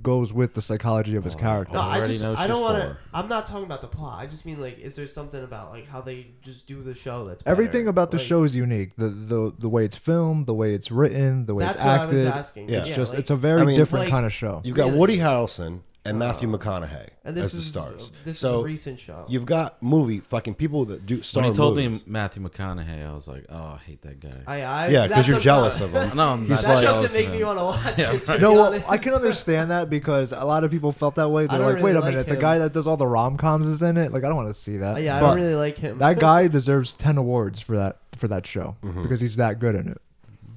Speaker 5: goes with the psychology of
Speaker 4: Oh,
Speaker 5: his character.
Speaker 3: No, I
Speaker 4: Already
Speaker 3: just
Speaker 4: know
Speaker 3: I
Speaker 4: she's
Speaker 3: don't want to.
Speaker 4: four.
Speaker 3: I'm not talking about the plot. I just mean like, is there something about like how they just do the show that's better?
Speaker 5: Everything about the
Speaker 3: Like,
Speaker 5: show is unique. The, the the way it's filmed, the way it's written, the way
Speaker 3: That's
Speaker 5: it's
Speaker 3: what I
Speaker 5: acted.
Speaker 3: was asking.
Speaker 2: Yeah.
Speaker 5: It's
Speaker 2: Yeah,
Speaker 5: just
Speaker 3: like-
Speaker 5: it's a very
Speaker 2: I mean-
Speaker 5: different
Speaker 3: Like-
Speaker 5: kind of
Speaker 4: Oh.
Speaker 5: show.
Speaker 2: You've got
Speaker 3: Really? Oh.
Speaker 2: Woody Harrelson and Matthew McConaughey
Speaker 3: and this
Speaker 2: as the
Speaker 3: is
Speaker 2: stars.
Speaker 3: This is
Speaker 2: so
Speaker 3: a recent show.
Speaker 2: you've got movie fucking people that do star
Speaker 4: when he told
Speaker 2: movies.
Speaker 4: me Matthew McConaughey, I was like, oh, I hate that guy.
Speaker 3: I, I,
Speaker 2: yeah, because
Speaker 3: that
Speaker 2: you're
Speaker 3: does
Speaker 2: jealous
Speaker 3: not-
Speaker 2: of him.
Speaker 4: no, I'm
Speaker 2: He's
Speaker 4: not
Speaker 3: That
Speaker 2: like-
Speaker 4: jealous
Speaker 3: doesn't
Speaker 4: of
Speaker 3: make me
Speaker 4: him.
Speaker 3: want to watch it. To
Speaker 5: no,
Speaker 3: be
Speaker 5: well,
Speaker 3: honest.
Speaker 5: I can understand that because a lot of people felt that way. They're
Speaker 3: don't
Speaker 5: like,
Speaker 3: really
Speaker 5: wait a
Speaker 3: like
Speaker 5: minute, the
Speaker 3: him." Uh,
Speaker 5: guy that does all the rom coms is in it. Like, I don't want to see that.
Speaker 3: yeah, I
Speaker 5: But
Speaker 3: don't really like him.
Speaker 5: that guy deserves ten awards for that for that show
Speaker 2: Mm-hmm.
Speaker 5: because he's that good in it.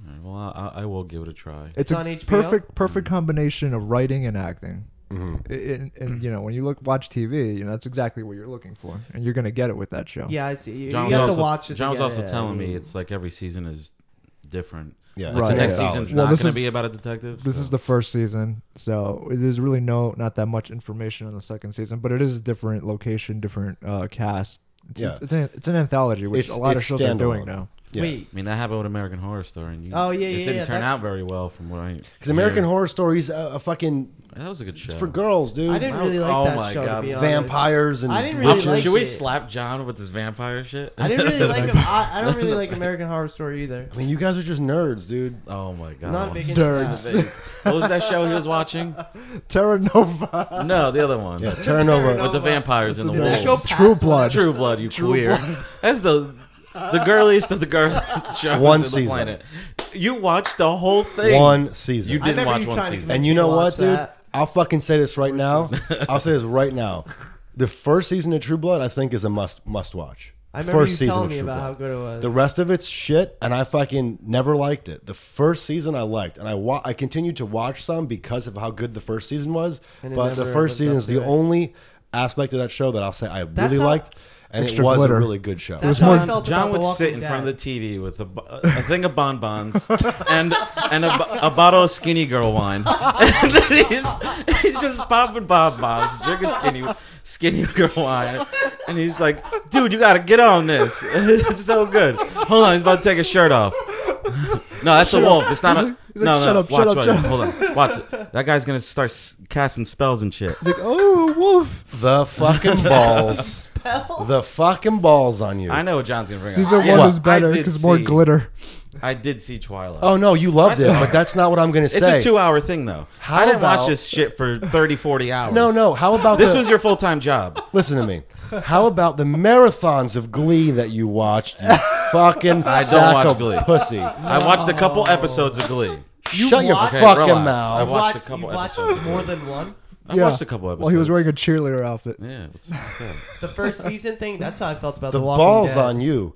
Speaker 4: Alright, Well, I, I will give it a try.
Speaker 5: It's,
Speaker 3: It's
Speaker 5: a
Speaker 3: on HBO?
Speaker 5: perfect perfect
Speaker 2: Mm-hmm.
Speaker 5: combination of writing and acting. I- And, and you know when you look watch TV, you know that's exactly what you're looking for, and you're gonna get it with that show.
Speaker 3: Yeah, I see. You,
Speaker 4: John
Speaker 3: you
Speaker 4: was
Speaker 3: have
Speaker 4: also,
Speaker 3: to watch it.
Speaker 4: John was
Speaker 3: to get
Speaker 4: also
Speaker 3: it.
Speaker 4: telling
Speaker 3: I
Speaker 4: me
Speaker 3: mean,
Speaker 4: it's like every season is different.
Speaker 2: Yeah,
Speaker 5: Right.
Speaker 2: it's
Speaker 4: The
Speaker 2: an
Speaker 5: Yeah.
Speaker 4: next
Speaker 2: anthology.
Speaker 4: season's
Speaker 5: Well,
Speaker 4: not
Speaker 5: this
Speaker 4: going
Speaker 5: is-
Speaker 4: to be about a detective.
Speaker 5: This
Speaker 4: so-
Speaker 5: is the first season, so there's really no not that much information on the second season, but it is a different location, different uh, cast. It's,
Speaker 2: Yeah.
Speaker 5: it's, it's an, it's an anthology, which
Speaker 2: It's-
Speaker 5: a lot of
Speaker 2: it's
Speaker 5: shows are doing
Speaker 2: standalone.
Speaker 5: now.
Speaker 2: Yeah.
Speaker 3: Wait,
Speaker 4: I mean, that happened with American Horror Story, and you,
Speaker 3: Oh, yeah,
Speaker 4: it
Speaker 3: yeah,
Speaker 4: didn't
Speaker 3: yeah,
Speaker 4: turn
Speaker 3: that's-
Speaker 4: out very well from what I.
Speaker 2: Because American Horror Story is a, a fucking
Speaker 4: Horror, that was a good show.
Speaker 2: it's for girls, dude.
Speaker 3: I didn't
Speaker 4: Oh,
Speaker 3: really like
Speaker 4: oh
Speaker 3: that
Speaker 4: my
Speaker 3: show.
Speaker 4: God.
Speaker 3: To be honest.
Speaker 2: Vampires and
Speaker 3: I didn't
Speaker 4: I'm
Speaker 3: really
Speaker 4: sure-
Speaker 3: like
Speaker 4: should we
Speaker 3: it.
Speaker 4: slap John with this vampire shit?
Speaker 3: I didn't really like. I, I don't really like American Horror Story either.
Speaker 2: I mean, you guys are just nerds, dude.
Speaker 4: oh my god!
Speaker 3: Not a big into
Speaker 5: Nerds.
Speaker 3: that.
Speaker 4: what was that show he was watching?
Speaker 5: Terra Nova,
Speaker 4: No, the other one.
Speaker 2: Yeah, Terranova.
Speaker 4: With the vampires and the
Speaker 5: Did that
Speaker 4: wolves.
Speaker 5: go past True
Speaker 3: what I
Speaker 5: Blood.
Speaker 4: True Blood, you queer. That's the the girliest of the girliest shows
Speaker 2: One
Speaker 4: on the
Speaker 2: season.
Speaker 4: planet. You watched the whole thing.
Speaker 2: One season.
Speaker 4: You
Speaker 3: I
Speaker 4: didn't
Speaker 3: remember
Speaker 4: watch
Speaker 3: you
Speaker 4: one
Speaker 3: trying to
Speaker 4: season.
Speaker 3: convince
Speaker 2: and
Speaker 3: me
Speaker 2: you
Speaker 3: to
Speaker 2: know what,
Speaker 3: watch
Speaker 2: dude?
Speaker 3: that.
Speaker 2: I'll fucking say this right now. I'll say this right now. The first season of True Blood, I think, is a must must watch.
Speaker 3: I remember
Speaker 2: first
Speaker 3: you
Speaker 2: season
Speaker 3: telling
Speaker 2: of
Speaker 3: me
Speaker 2: True
Speaker 3: about how
Speaker 2: Blood.
Speaker 3: good it was.
Speaker 2: The rest of it's shit, and I fucking never liked it. The first season I liked, and I wa- I continued to watch some because of how good the first season was.
Speaker 3: And it
Speaker 2: But the
Speaker 3: never
Speaker 2: first
Speaker 3: lived
Speaker 2: season
Speaker 3: up
Speaker 2: is
Speaker 3: to
Speaker 2: the
Speaker 3: it.
Speaker 2: only aspect of that show that I'll say I
Speaker 3: That's
Speaker 2: really
Speaker 3: how-
Speaker 2: liked, and it
Speaker 5: Extra
Speaker 2: was
Speaker 5: glitter.
Speaker 2: a really good show.
Speaker 3: That's
Speaker 5: was
Speaker 3: how I
Speaker 5: more-
Speaker 3: felt
Speaker 4: John
Speaker 3: about The
Speaker 4: would
Speaker 3: Walking
Speaker 4: sit in front of
Speaker 3: Dead.
Speaker 4: the TV with a, bo- a thing of bonbons and and a, bo- a bottle of Skinny Girl wine. and then he's, he's just popping bonbons, drinking Skinny Skinny Girl wine, and he's like, "Dude, you gotta get on this. it's so good. Hold on, he's about to take his shirt off." No, that's a wolf. It's not a.
Speaker 5: he's like,
Speaker 4: no, no,
Speaker 5: "Shut up,
Speaker 4: watch,
Speaker 5: shut up,
Speaker 4: watch.
Speaker 5: shut up."
Speaker 4: Hold on, watch. it. That guy's gonna start s- casting spells and shit.
Speaker 5: like oh wolf.
Speaker 2: The fucking balls. the fucking balls on you.
Speaker 4: I know what John's gonna bring
Speaker 5: Season
Speaker 4: up.
Speaker 5: one
Speaker 4: Yeah,
Speaker 5: was better
Speaker 4: I did
Speaker 5: because more
Speaker 4: see-
Speaker 5: glitter.
Speaker 4: I did see Twilight.
Speaker 2: Oh no, you loved
Speaker 4: I
Speaker 2: it,
Speaker 4: saw
Speaker 2: but that's not what I'm gonna say.
Speaker 4: It's a two hour thing, though.
Speaker 2: How
Speaker 4: I didn't
Speaker 2: about-
Speaker 4: watch this shit for 30, 40 hours.
Speaker 2: No, no. How about
Speaker 4: This
Speaker 2: the-
Speaker 4: was your full time job.
Speaker 2: Listen to me. How about the marathons of Glee that you watched? You fucking
Speaker 4: I don't
Speaker 2: sack
Speaker 4: watch
Speaker 2: of
Speaker 4: Glee.
Speaker 2: pussy.
Speaker 4: I watched a couple
Speaker 2: Oh.
Speaker 4: episodes of Glee.
Speaker 2: Shut your
Speaker 3: watch- Okay,
Speaker 2: fucking
Speaker 4: relax. I
Speaker 2: mouth.
Speaker 4: wa- watched a
Speaker 3: What?
Speaker 4: couple
Speaker 3: you watched
Speaker 4: episodes of
Speaker 3: more than one.
Speaker 4: I
Speaker 5: Yeah.
Speaker 4: watched a couple episodes.
Speaker 5: Well, he was wearing a cheerleader outfit.
Speaker 4: Yeah. What's, what's that?
Speaker 3: The first season thing. That's how I felt about
Speaker 2: The
Speaker 3: the, Walking
Speaker 2: balls
Speaker 3: Dead.
Speaker 2: on you.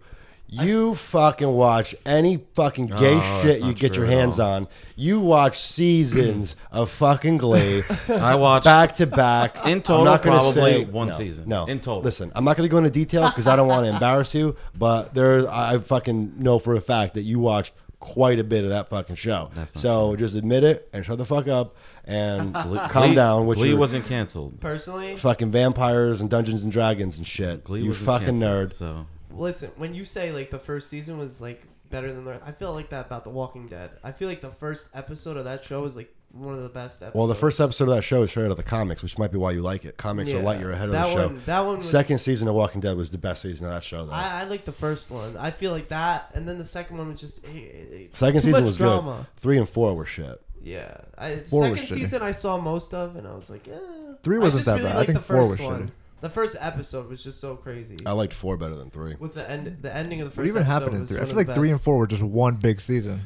Speaker 2: You fucking watch any fucking gay
Speaker 4: Oh, that's
Speaker 2: shit you
Speaker 4: not
Speaker 2: get
Speaker 4: true
Speaker 2: your
Speaker 4: at
Speaker 2: hands
Speaker 4: all.
Speaker 2: on. You watch seasons of fucking Glee
Speaker 4: I watched.
Speaker 2: back to back.
Speaker 4: In total,
Speaker 2: I'm not gonna
Speaker 4: probably
Speaker 2: say-
Speaker 4: one
Speaker 2: no,
Speaker 4: season.
Speaker 2: No,
Speaker 4: In total.
Speaker 2: Listen, I'm not going to go into detail because I don't want to embarrass you. But there, I fucking know for a fact that you watched quite a bit of that fucking show.
Speaker 4: That's not
Speaker 2: So just admit it and shut the fuck up and
Speaker 4: Glee-
Speaker 2: calm down. Which
Speaker 4: Glee
Speaker 2: you
Speaker 4: wasn't canceled.
Speaker 3: Personally,
Speaker 2: fucking vampires and Dungeons and Dragons and shit.
Speaker 4: Glee
Speaker 2: you
Speaker 4: wasn't
Speaker 2: fucking
Speaker 4: canceled,
Speaker 2: nerd.
Speaker 4: So.
Speaker 3: listen. When you say like the first season was like better than the, I feel like that about The Walking Dead. I feel like the first episode of that show was like one of the best episodes.
Speaker 2: Well, the first episode of that show is straight out of the comics, which might be why you like it. Comics are
Speaker 3: Yeah.
Speaker 2: light year ahead of
Speaker 3: that
Speaker 2: the show.
Speaker 3: one, That one. Was,
Speaker 2: Second season of Walking Dead was the best season of that show, though.
Speaker 3: I, I like the first one. I feel like that, and then the second one was just. It, it,
Speaker 2: Second
Speaker 3: too
Speaker 2: season
Speaker 3: much
Speaker 2: was
Speaker 3: drama.
Speaker 2: good. Three and four were shit.
Speaker 3: good. Yeah, I,
Speaker 5: Four was
Speaker 3: second
Speaker 5: shitty.
Speaker 3: season I saw most of, and I was like, eh.
Speaker 5: Three
Speaker 3: I
Speaker 5: wasn't
Speaker 3: just
Speaker 5: that
Speaker 3: really
Speaker 5: bad. I
Speaker 3: liked
Speaker 5: think
Speaker 3: the
Speaker 5: four
Speaker 3: first
Speaker 5: was
Speaker 3: one.
Speaker 5: shitty. Oh.
Speaker 3: The first episode was just so crazy.
Speaker 2: I liked four better than three.
Speaker 3: With the end, the ending of the first.
Speaker 5: What even
Speaker 3: episode
Speaker 5: happened in
Speaker 3: was
Speaker 5: three? I
Speaker 3: one of
Speaker 5: feel like
Speaker 3: the
Speaker 5: three
Speaker 3: best.
Speaker 5: and four were just one big season.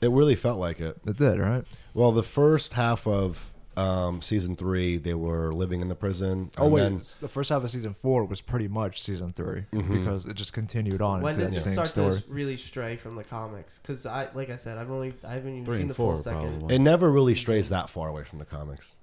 Speaker 2: It really felt like it.
Speaker 5: It did, right?
Speaker 2: Well, the first half of um, season three, they were living in the prison.
Speaker 5: Oh
Speaker 2: and
Speaker 5: wait,
Speaker 2: then-
Speaker 5: the first half of season four was pretty much season 3 because it just continued on
Speaker 3: When
Speaker 5: into
Speaker 3: does
Speaker 5: the
Speaker 3: it
Speaker 5: same
Speaker 3: start
Speaker 5: story.
Speaker 3: to really stray from the comics? Because I, like I said, I've only I haven't even
Speaker 4: Three
Speaker 3: seen
Speaker 4: and
Speaker 3: the
Speaker 4: four,
Speaker 3: full second.
Speaker 4: probably.
Speaker 2: it never really strays that far away from the comics.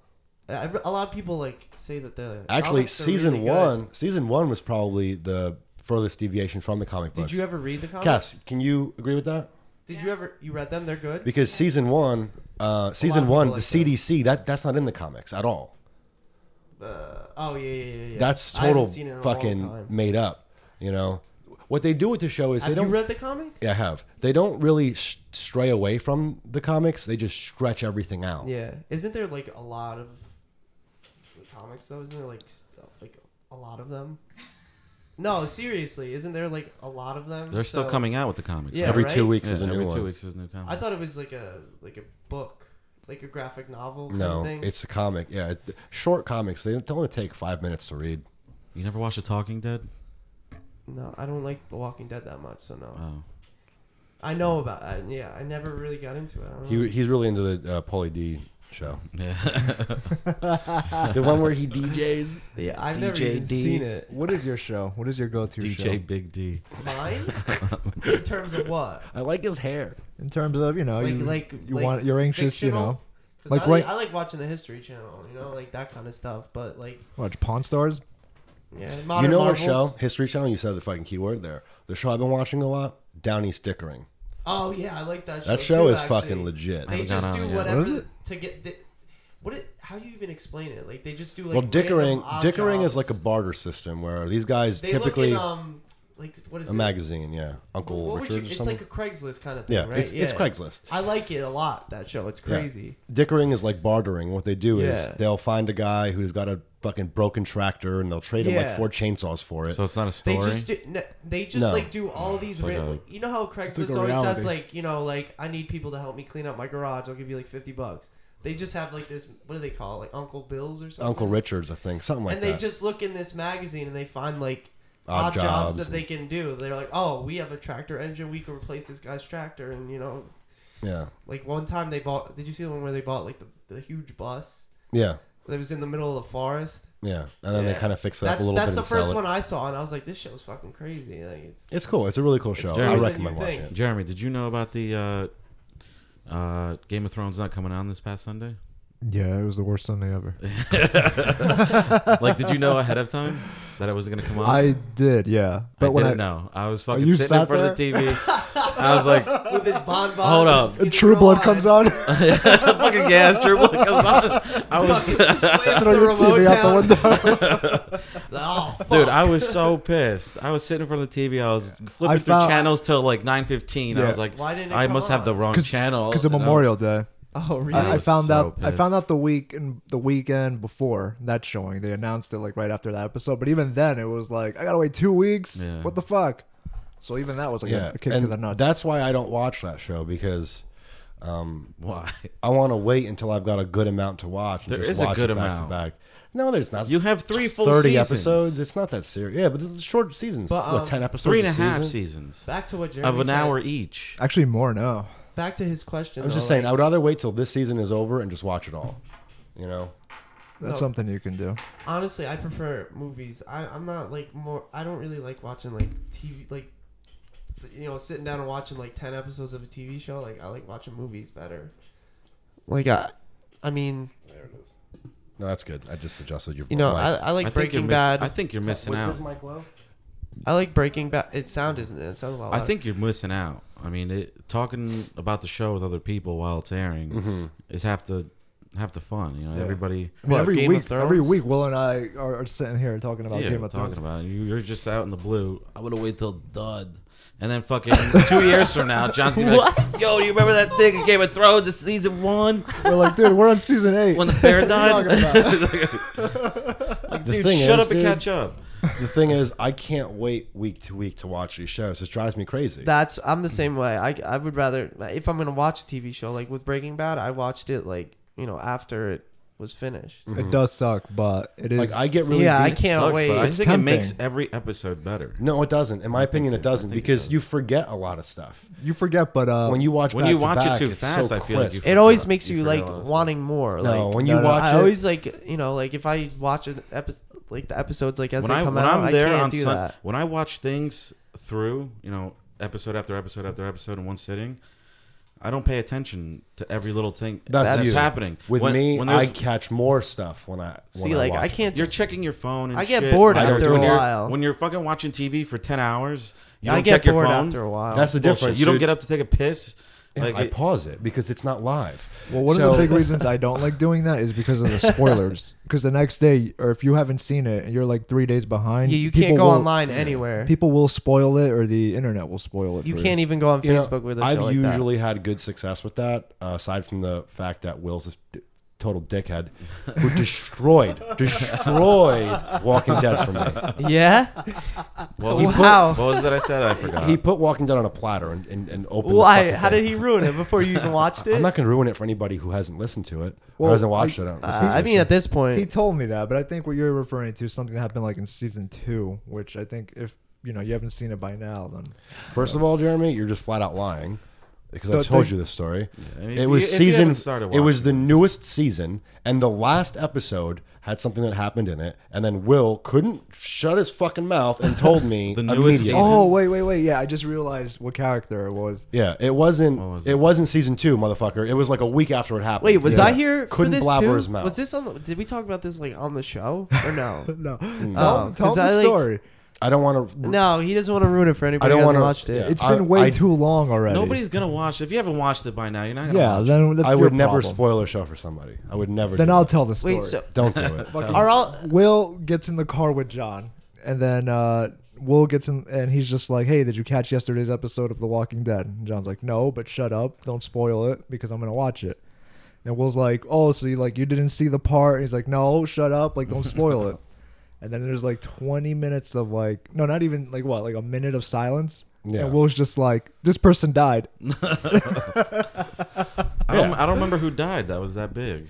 Speaker 3: I, a lot of people like say that the
Speaker 2: Actually,
Speaker 3: comics are
Speaker 2: season
Speaker 3: really good.
Speaker 2: one, season one was probably the furthest deviation from the comic
Speaker 3: Did
Speaker 2: books.
Speaker 3: you ever read the comics?
Speaker 2: Cass, can you agree with that?
Speaker 3: Did you ever you read them? They're good.
Speaker 2: Because season one, uh, season
Speaker 3: of
Speaker 2: one,
Speaker 3: people
Speaker 2: the
Speaker 3: like that.
Speaker 2: CDC that that's not in the comics at all.
Speaker 3: Uh, oh yeah, yeah, yeah, yeah.
Speaker 2: That's
Speaker 3: I haven't
Speaker 2: total
Speaker 3: seen it in a long
Speaker 2: fucking
Speaker 3: time.
Speaker 2: made up. You know what they do with the show is
Speaker 3: Have
Speaker 2: they
Speaker 3: you
Speaker 2: don't.
Speaker 3: read the comics?
Speaker 2: yeah, I have. They don't really sh- stray away from the comics. They just stretch everything out.
Speaker 3: Yeah. Isn't there like a lot of comics though? Isn't there like stuff, like a lot of them? No, seriously, isn't there like a lot of them?
Speaker 4: They're still
Speaker 3: So-
Speaker 4: coming out with the comics.
Speaker 3: Yeah,
Speaker 4: right?
Speaker 2: every
Speaker 3: right?
Speaker 2: two weeks
Speaker 4: Yeah,
Speaker 2: is a new
Speaker 4: every
Speaker 2: one.
Speaker 4: two weeks is a new comic.
Speaker 3: I thought it was like a like a book, like a graphic novel.
Speaker 2: No,
Speaker 3: something.
Speaker 2: it's a comic. Yeah, it, short comics. They don't- they only take five minutes to read.
Speaker 4: you never watched The Talking Dead?
Speaker 3: no. I don't like The Walking Dead that much, so no.
Speaker 4: Oh,
Speaker 3: I know about. I, yeah, I never really got into it. I don't know.
Speaker 2: He, he's really into the uh, Pauly D show,
Speaker 4: yeah.
Speaker 2: the one where he DJs.
Speaker 3: yeah, I've never even
Speaker 5: DJD.
Speaker 3: seen it.
Speaker 5: What is your show? What is your go-to
Speaker 4: DJ
Speaker 5: show?
Speaker 4: Big D.
Speaker 3: Mine? In terms of what?
Speaker 2: I like his hair.
Speaker 5: In terms of you know,
Speaker 3: Like-
Speaker 5: you,
Speaker 3: like-
Speaker 5: you
Speaker 3: like
Speaker 5: want you're anxious, you know,
Speaker 3: fictional? 'Cause
Speaker 5: Like,
Speaker 3: I, like,
Speaker 5: right-
Speaker 3: I like watching the History Channel, you know, like that kind of stuff. But like,
Speaker 5: watch Pawn Stars.
Speaker 3: yeah, modern
Speaker 2: you know
Speaker 3: Marvels.
Speaker 2: our show, History Channel. You said the fucking keyword there. The show I've been watching a lot, Down East Dickering.
Speaker 3: Oh yeah, I like that show.
Speaker 2: That show
Speaker 3: too,
Speaker 2: is
Speaker 3: actually.
Speaker 2: fucking legit.
Speaker 3: They
Speaker 4: Haven't
Speaker 3: just
Speaker 4: gone
Speaker 3: do
Speaker 4: on yet.
Speaker 3: whatever
Speaker 5: What is it?
Speaker 3: to get. The, what? It, how do you even explain it? Like they just do like.
Speaker 2: well, dickering,
Speaker 3: random odd
Speaker 2: dickering is
Speaker 3: jobs.
Speaker 2: like a barter system where these guys
Speaker 3: They
Speaker 2: typically
Speaker 3: look in, um, like what is
Speaker 2: a
Speaker 3: it?
Speaker 2: magazine, yeah,
Speaker 3: What
Speaker 2: Uncle
Speaker 3: would
Speaker 2: Richard.
Speaker 3: you-
Speaker 2: or
Speaker 3: it's
Speaker 2: something.
Speaker 3: like a Craigslist kind of thing,
Speaker 2: yeah,
Speaker 3: right?
Speaker 2: it's it's Craigslist.
Speaker 3: I like it a lot. That show, it's
Speaker 2: Yeah.
Speaker 3: crazy.
Speaker 2: Dickering is like bartering. What they do is
Speaker 3: Yeah.
Speaker 2: they'll find a guy who's got a fucking broken tractor and they'll trade him like
Speaker 3: Yeah.
Speaker 2: four chainsaws for it.
Speaker 4: So it's not a
Speaker 3: They
Speaker 4: story.
Speaker 3: just do, no, they just
Speaker 2: No.
Speaker 3: like do all these
Speaker 4: like
Speaker 3: random.
Speaker 4: a-
Speaker 3: you know how Craigslist
Speaker 5: like a
Speaker 3: always has
Speaker 5: reality.
Speaker 3: like you know like I need people to help me clean up my garage. I'll give you like fifty bucks. They just have like this. What do they call it? Like Uncle Bills or something.
Speaker 2: Uncle Richard's, I think, something like
Speaker 3: and they
Speaker 2: that.
Speaker 3: just look in this magazine and they find like
Speaker 2: Odd
Speaker 3: odd, jobs,
Speaker 2: jobs
Speaker 3: that
Speaker 2: and-
Speaker 3: they can do. They're like, oh, we have a tractor engine. We can replace this guy's tractor. And you know,
Speaker 2: yeah,
Speaker 3: like one time they bought. Did you see the one where they bought like the, the huge bus
Speaker 2: yeah,
Speaker 3: that was in the middle of the forest?
Speaker 2: yeah. And then they
Speaker 3: Yeah.
Speaker 2: kind of fix it up a
Speaker 3: That's
Speaker 2: little
Speaker 3: that's
Speaker 2: bit.
Speaker 3: the
Speaker 2: and sell
Speaker 3: first
Speaker 2: it.
Speaker 3: one I saw, and I was like, this show's fucking crazy. Like it's
Speaker 2: It's cool. It's a really cool show.
Speaker 4: different
Speaker 2: I
Speaker 4: than
Speaker 2: recommend
Speaker 3: you
Speaker 2: watching
Speaker 3: think.
Speaker 2: it.
Speaker 4: Jeremy, did you know about the uh, uh, Game of Thrones not coming on this past Sunday?
Speaker 5: Yeah, it was the worst Sunday ever.
Speaker 4: Like, did you know ahead of time that it wasn't gonna come on?
Speaker 5: I did, yeah. But
Speaker 4: I
Speaker 5: when
Speaker 4: didn't
Speaker 5: I Oh,
Speaker 4: know. I was fucking
Speaker 5: you
Speaker 4: sitting in
Speaker 5: sat
Speaker 4: front of the TV. I was like,
Speaker 3: with his bonbon.
Speaker 4: Hold up.
Speaker 3: and his
Speaker 5: True Blood
Speaker 3: remote
Speaker 5: comes
Speaker 3: on.
Speaker 5: on,
Speaker 4: fucking gas dribble comes on. I was,
Speaker 3: Fucking slams
Speaker 5: throw
Speaker 3: the
Speaker 5: your
Speaker 3: remote
Speaker 5: TV out
Speaker 3: down.
Speaker 5: the window.
Speaker 3: Oh, fuck.
Speaker 4: dude, I was so pissed. I was sitting in front of the TV. I was flipping
Speaker 5: I
Speaker 4: through
Speaker 5: found-
Speaker 4: channels till like nine fifteen. I
Speaker 5: Yeah.
Speaker 4: was like,
Speaker 3: Why didn't it
Speaker 4: I
Speaker 3: come
Speaker 4: must have the
Speaker 3: on?
Speaker 4: wrong channel
Speaker 5: Because of
Speaker 4: and I-
Speaker 5: Memorial Day.
Speaker 3: oh really?
Speaker 5: I, I
Speaker 4: was
Speaker 5: found
Speaker 4: so
Speaker 5: out. I
Speaker 4: pissed.
Speaker 5: found out the week and the weekend before that showing. They announced it like right after that episode. But even then, it was like I gotta wait two weeks.
Speaker 4: Yeah.
Speaker 5: What the fuck? So even that was like
Speaker 2: Yeah,
Speaker 5: a, a kick to
Speaker 2: and
Speaker 5: the nuts.
Speaker 2: that's why I don't watch that show because
Speaker 4: Why?
Speaker 2: I want to wait until I've got a good amount to watch. And
Speaker 4: There
Speaker 2: just
Speaker 4: is a
Speaker 2: watch
Speaker 4: good
Speaker 2: it back
Speaker 4: amount.
Speaker 2: To back. No, there's not.
Speaker 4: You have three full
Speaker 2: thirty
Speaker 4: seasons. uh,
Speaker 2: episodes. It's not that serious. Yeah, but this is short seasons.
Speaker 3: But,
Speaker 2: what,
Speaker 3: um,
Speaker 2: ten episodes?
Speaker 4: Three and a
Speaker 2: season?
Speaker 4: half seasons
Speaker 3: Back to what Jeremy
Speaker 4: of an
Speaker 3: said.
Speaker 4: hour each.
Speaker 5: Actually, more now.
Speaker 3: Back to his question.
Speaker 2: I'm just
Speaker 3: though,
Speaker 2: saying, I
Speaker 3: like,
Speaker 2: would rather wait till this season is over and just watch it all. You know,
Speaker 5: That's
Speaker 3: No.
Speaker 5: something you can do.
Speaker 3: honestly, I prefer movies. I, I'm not like more. I don't really like watching like TV, like you know, sitting down and watching like ten episodes of a TV show. Like I like watching movies better. Like I, I mean,
Speaker 2: no, that's good. I just adjusted your.
Speaker 3: you know,
Speaker 2: mic.
Speaker 3: I, I like
Speaker 4: I think you're
Speaker 3: Breaking
Speaker 4: miss-
Speaker 3: Bad.
Speaker 4: I think you're missing
Speaker 2: Was
Speaker 4: out.
Speaker 2: his mic low?
Speaker 3: I like Breaking Bad. It sounded it sounded a lot.
Speaker 4: I think you're missing out. I mean, it, talking about the show with other people while it's airing is half the half the fun. You know,
Speaker 5: Mm-hmm. Yeah.
Speaker 4: everybody
Speaker 5: I mean,
Speaker 3: What,
Speaker 5: every
Speaker 3: Game of
Speaker 5: week, every
Speaker 3: Thrones?
Speaker 5: week, Will and I are, are sitting here talking about
Speaker 4: yeah,
Speaker 5: Game of
Speaker 4: talking
Speaker 5: Thrones.
Speaker 4: about it. You, you're just out in the blue. I would have waited till dud, and then fucking two years from now, John's gonna be like, "Yo, do you remember that thing in Game of Thrones? It's season one
Speaker 5: We're like, dude, we're on season eight.
Speaker 4: when the bear died."
Speaker 5: talking
Speaker 2: The
Speaker 4: like, dude,
Speaker 2: thing
Speaker 4: shut
Speaker 2: is,
Speaker 4: up
Speaker 2: dude-
Speaker 4: and catch up.
Speaker 2: the thing is, I can't wait week to week to watch these shows. It drives me crazy.
Speaker 3: that's I'm the same way. I I would rather if I'm gonna watch a TV show like with Breaking Bad, I watched it like you know after it was finished.
Speaker 5: it does suck, but it is.
Speaker 2: like I get really
Speaker 3: Yeah, I
Speaker 2: deep-
Speaker 3: can't
Speaker 4: Sucks,
Speaker 3: wait.
Speaker 4: but I
Speaker 5: It's
Speaker 4: think it makes
Speaker 5: tempting.
Speaker 4: every episode better.
Speaker 2: No, it doesn't. In my opinion, it doesn't
Speaker 4: think it
Speaker 2: because
Speaker 4: does.
Speaker 2: you forget a lot of stuff
Speaker 5: You forget, but uh,
Speaker 2: when you watch.
Speaker 4: When you
Speaker 2: back to
Speaker 4: watch it
Speaker 2: back,
Speaker 4: too
Speaker 2: it's
Speaker 4: fast,
Speaker 2: so
Speaker 4: I feel like
Speaker 2: crisp.
Speaker 4: you-
Speaker 3: it always
Speaker 4: forgot-
Speaker 3: makes
Speaker 4: you
Speaker 3: you
Speaker 4: forgot
Speaker 3: like
Speaker 4: all that stuff.
Speaker 3: wanting more.
Speaker 2: No,
Speaker 3: like,
Speaker 2: when you
Speaker 5: no, no,
Speaker 2: watch
Speaker 3: I
Speaker 2: it,
Speaker 3: always like you know like if I watch an episode like the episodes like as
Speaker 4: when
Speaker 3: they
Speaker 4: I
Speaker 3: come
Speaker 4: when
Speaker 3: out,
Speaker 4: I'm there
Speaker 3: I can't
Speaker 4: on
Speaker 3: do
Speaker 4: Sun-
Speaker 3: that.
Speaker 4: when I watch things through, you know, episode after episode after episode after episode in one sitting, I don't pay attention to every little thing
Speaker 2: That's
Speaker 4: that's,
Speaker 2: you.
Speaker 4: happening.
Speaker 2: With
Speaker 4: When-
Speaker 2: me,
Speaker 4: when
Speaker 2: I
Speaker 4: there's-
Speaker 2: catch more stuff when I when
Speaker 3: See, like I
Speaker 2: watch it.
Speaker 3: can't
Speaker 4: you're
Speaker 3: just
Speaker 4: checking your phone. And
Speaker 3: I get
Speaker 4: shit.
Speaker 3: bored
Speaker 4: Like,
Speaker 2: after
Speaker 4: when
Speaker 2: a
Speaker 4: you're-
Speaker 3: while.
Speaker 4: When you're fucking watching TV for ten hours, you
Speaker 3: I
Speaker 4: don't
Speaker 3: get
Speaker 4: check your
Speaker 3: bored
Speaker 4: phone.
Speaker 3: after a while.
Speaker 2: That's the
Speaker 4: Bullshit.
Speaker 2: difference.
Speaker 4: You don't
Speaker 2: dude.
Speaker 4: get up to take a piss.
Speaker 2: Yeah,
Speaker 4: Like
Speaker 2: I
Speaker 4: it-
Speaker 2: pause it because it's not live.
Speaker 5: Well, one
Speaker 2: So-
Speaker 5: of the big reasons I don't like doing that is because of the spoilers. Because the next day, or if you haven't seen it and you're like three days behind,
Speaker 3: yeah, you
Speaker 5: people
Speaker 3: can't go
Speaker 5: will-
Speaker 3: online anywhere.
Speaker 5: People will spoil it, or the internet will spoil it.
Speaker 3: You
Speaker 5: for
Speaker 3: can't even go on
Speaker 2: You know,
Speaker 3: Facebook with a
Speaker 2: I've
Speaker 3: show like that.
Speaker 2: usually had good success with that, uh, aside from the fact that Will's a d- total dickhead who destroyed, destroyed Walking Dead for me.
Speaker 3: Yeah.
Speaker 4: What
Speaker 3: He
Speaker 4: was,
Speaker 3: Wow.
Speaker 4: what was that I said? I forgot.
Speaker 2: He put Walking Dead on a platter and, and, and opened. the
Speaker 3: Why?
Speaker 2: fucking
Speaker 3: How
Speaker 2: thing.
Speaker 3: did he ruin it before you even watched it?
Speaker 2: I'm not going to ruin it for anybody who hasn't listened to it
Speaker 5: Well,
Speaker 2: or hasn't watched
Speaker 5: I-
Speaker 2: it. I, don't
Speaker 3: Uh,
Speaker 2: listen to
Speaker 3: I
Speaker 2: it.
Speaker 3: mean, at this
Speaker 5: He
Speaker 3: point,
Speaker 5: told me that, but I think what you're referring to is something that happened like in season two, which I think if you know you haven't seen it by now, then
Speaker 2: first of all, Jeremy, you're just flat out lying because I
Speaker 5: Don't
Speaker 2: told
Speaker 5: think-
Speaker 2: you this story.
Speaker 4: I mean, if
Speaker 2: it
Speaker 4: you-
Speaker 2: was
Speaker 4: if you
Speaker 2: season.
Speaker 4: haven't started
Speaker 2: It was
Speaker 4: watching
Speaker 2: the newest season, and the last episode had something that happened in it, and then Will couldn't shut his fucking mouth and told me
Speaker 4: The newest
Speaker 2: immediately.
Speaker 4: season?
Speaker 5: oh wait, wait, wait, yeah, I just realized what character it was.
Speaker 2: Yeah, it wasn't.
Speaker 4: was
Speaker 2: it? wasn't season two, motherfucker. It was like a week after it happened.
Speaker 3: wait, was
Speaker 2: Yeah.
Speaker 3: I here?
Speaker 2: Couldn't
Speaker 3: for this
Speaker 2: blabber
Speaker 3: too?
Speaker 2: his mouth.
Speaker 3: Was this on? The, did we talk about this like on the show or no?
Speaker 5: No,
Speaker 3: Oh,
Speaker 5: tell, tell
Speaker 3: 'cause
Speaker 5: the
Speaker 3: I, like-
Speaker 5: story.
Speaker 2: I don't want to.
Speaker 3: no, he doesn't want to ruin it for anybody
Speaker 2: I don't
Speaker 3: who hasn't
Speaker 2: wanna-
Speaker 3: watched it.
Speaker 2: yeah.
Speaker 5: It's
Speaker 2: I-
Speaker 5: been way
Speaker 2: I-
Speaker 5: too long already.
Speaker 4: Nobody's gonna watch. If you haven't watched it by now, you're not gonna
Speaker 5: yeah.
Speaker 4: watch.
Speaker 5: Then that's
Speaker 2: I
Speaker 5: your
Speaker 2: would never
Speaker 5: problem.
Speaker 2: spoil a show for somebody. I would never.
Speaker 5: Then
Speaker 2: do
Speaker 5: I'll
Speaker 2: that.
Speaker 5: tell the story.
Speaker 3: Wait, so
Speaker 2: Don't do it.
Speaker 3: are all?
Speaker 5: Will gets in the car with John, and then uh, Will gets in, and he's just like, "Hey, did you catch yesterday's episode of The Walking Dead?" And John's like, "No, but shut up, don't spoil it because I'm gonna watch it." And Will's like, "Oh, so you like you didn't see the part?" And he's like, "No, shut up, like don't spoil it." And then there's like 20 minutes of like, no, not even like what, like a minute of silence.
Speaker 2: Yeah.
Speaker 5: And Will's just like, "This person died."
Speaker 4: I don't,
Speaker 2: Yeah.
Speaker 4: I don't remember who died. That was that big.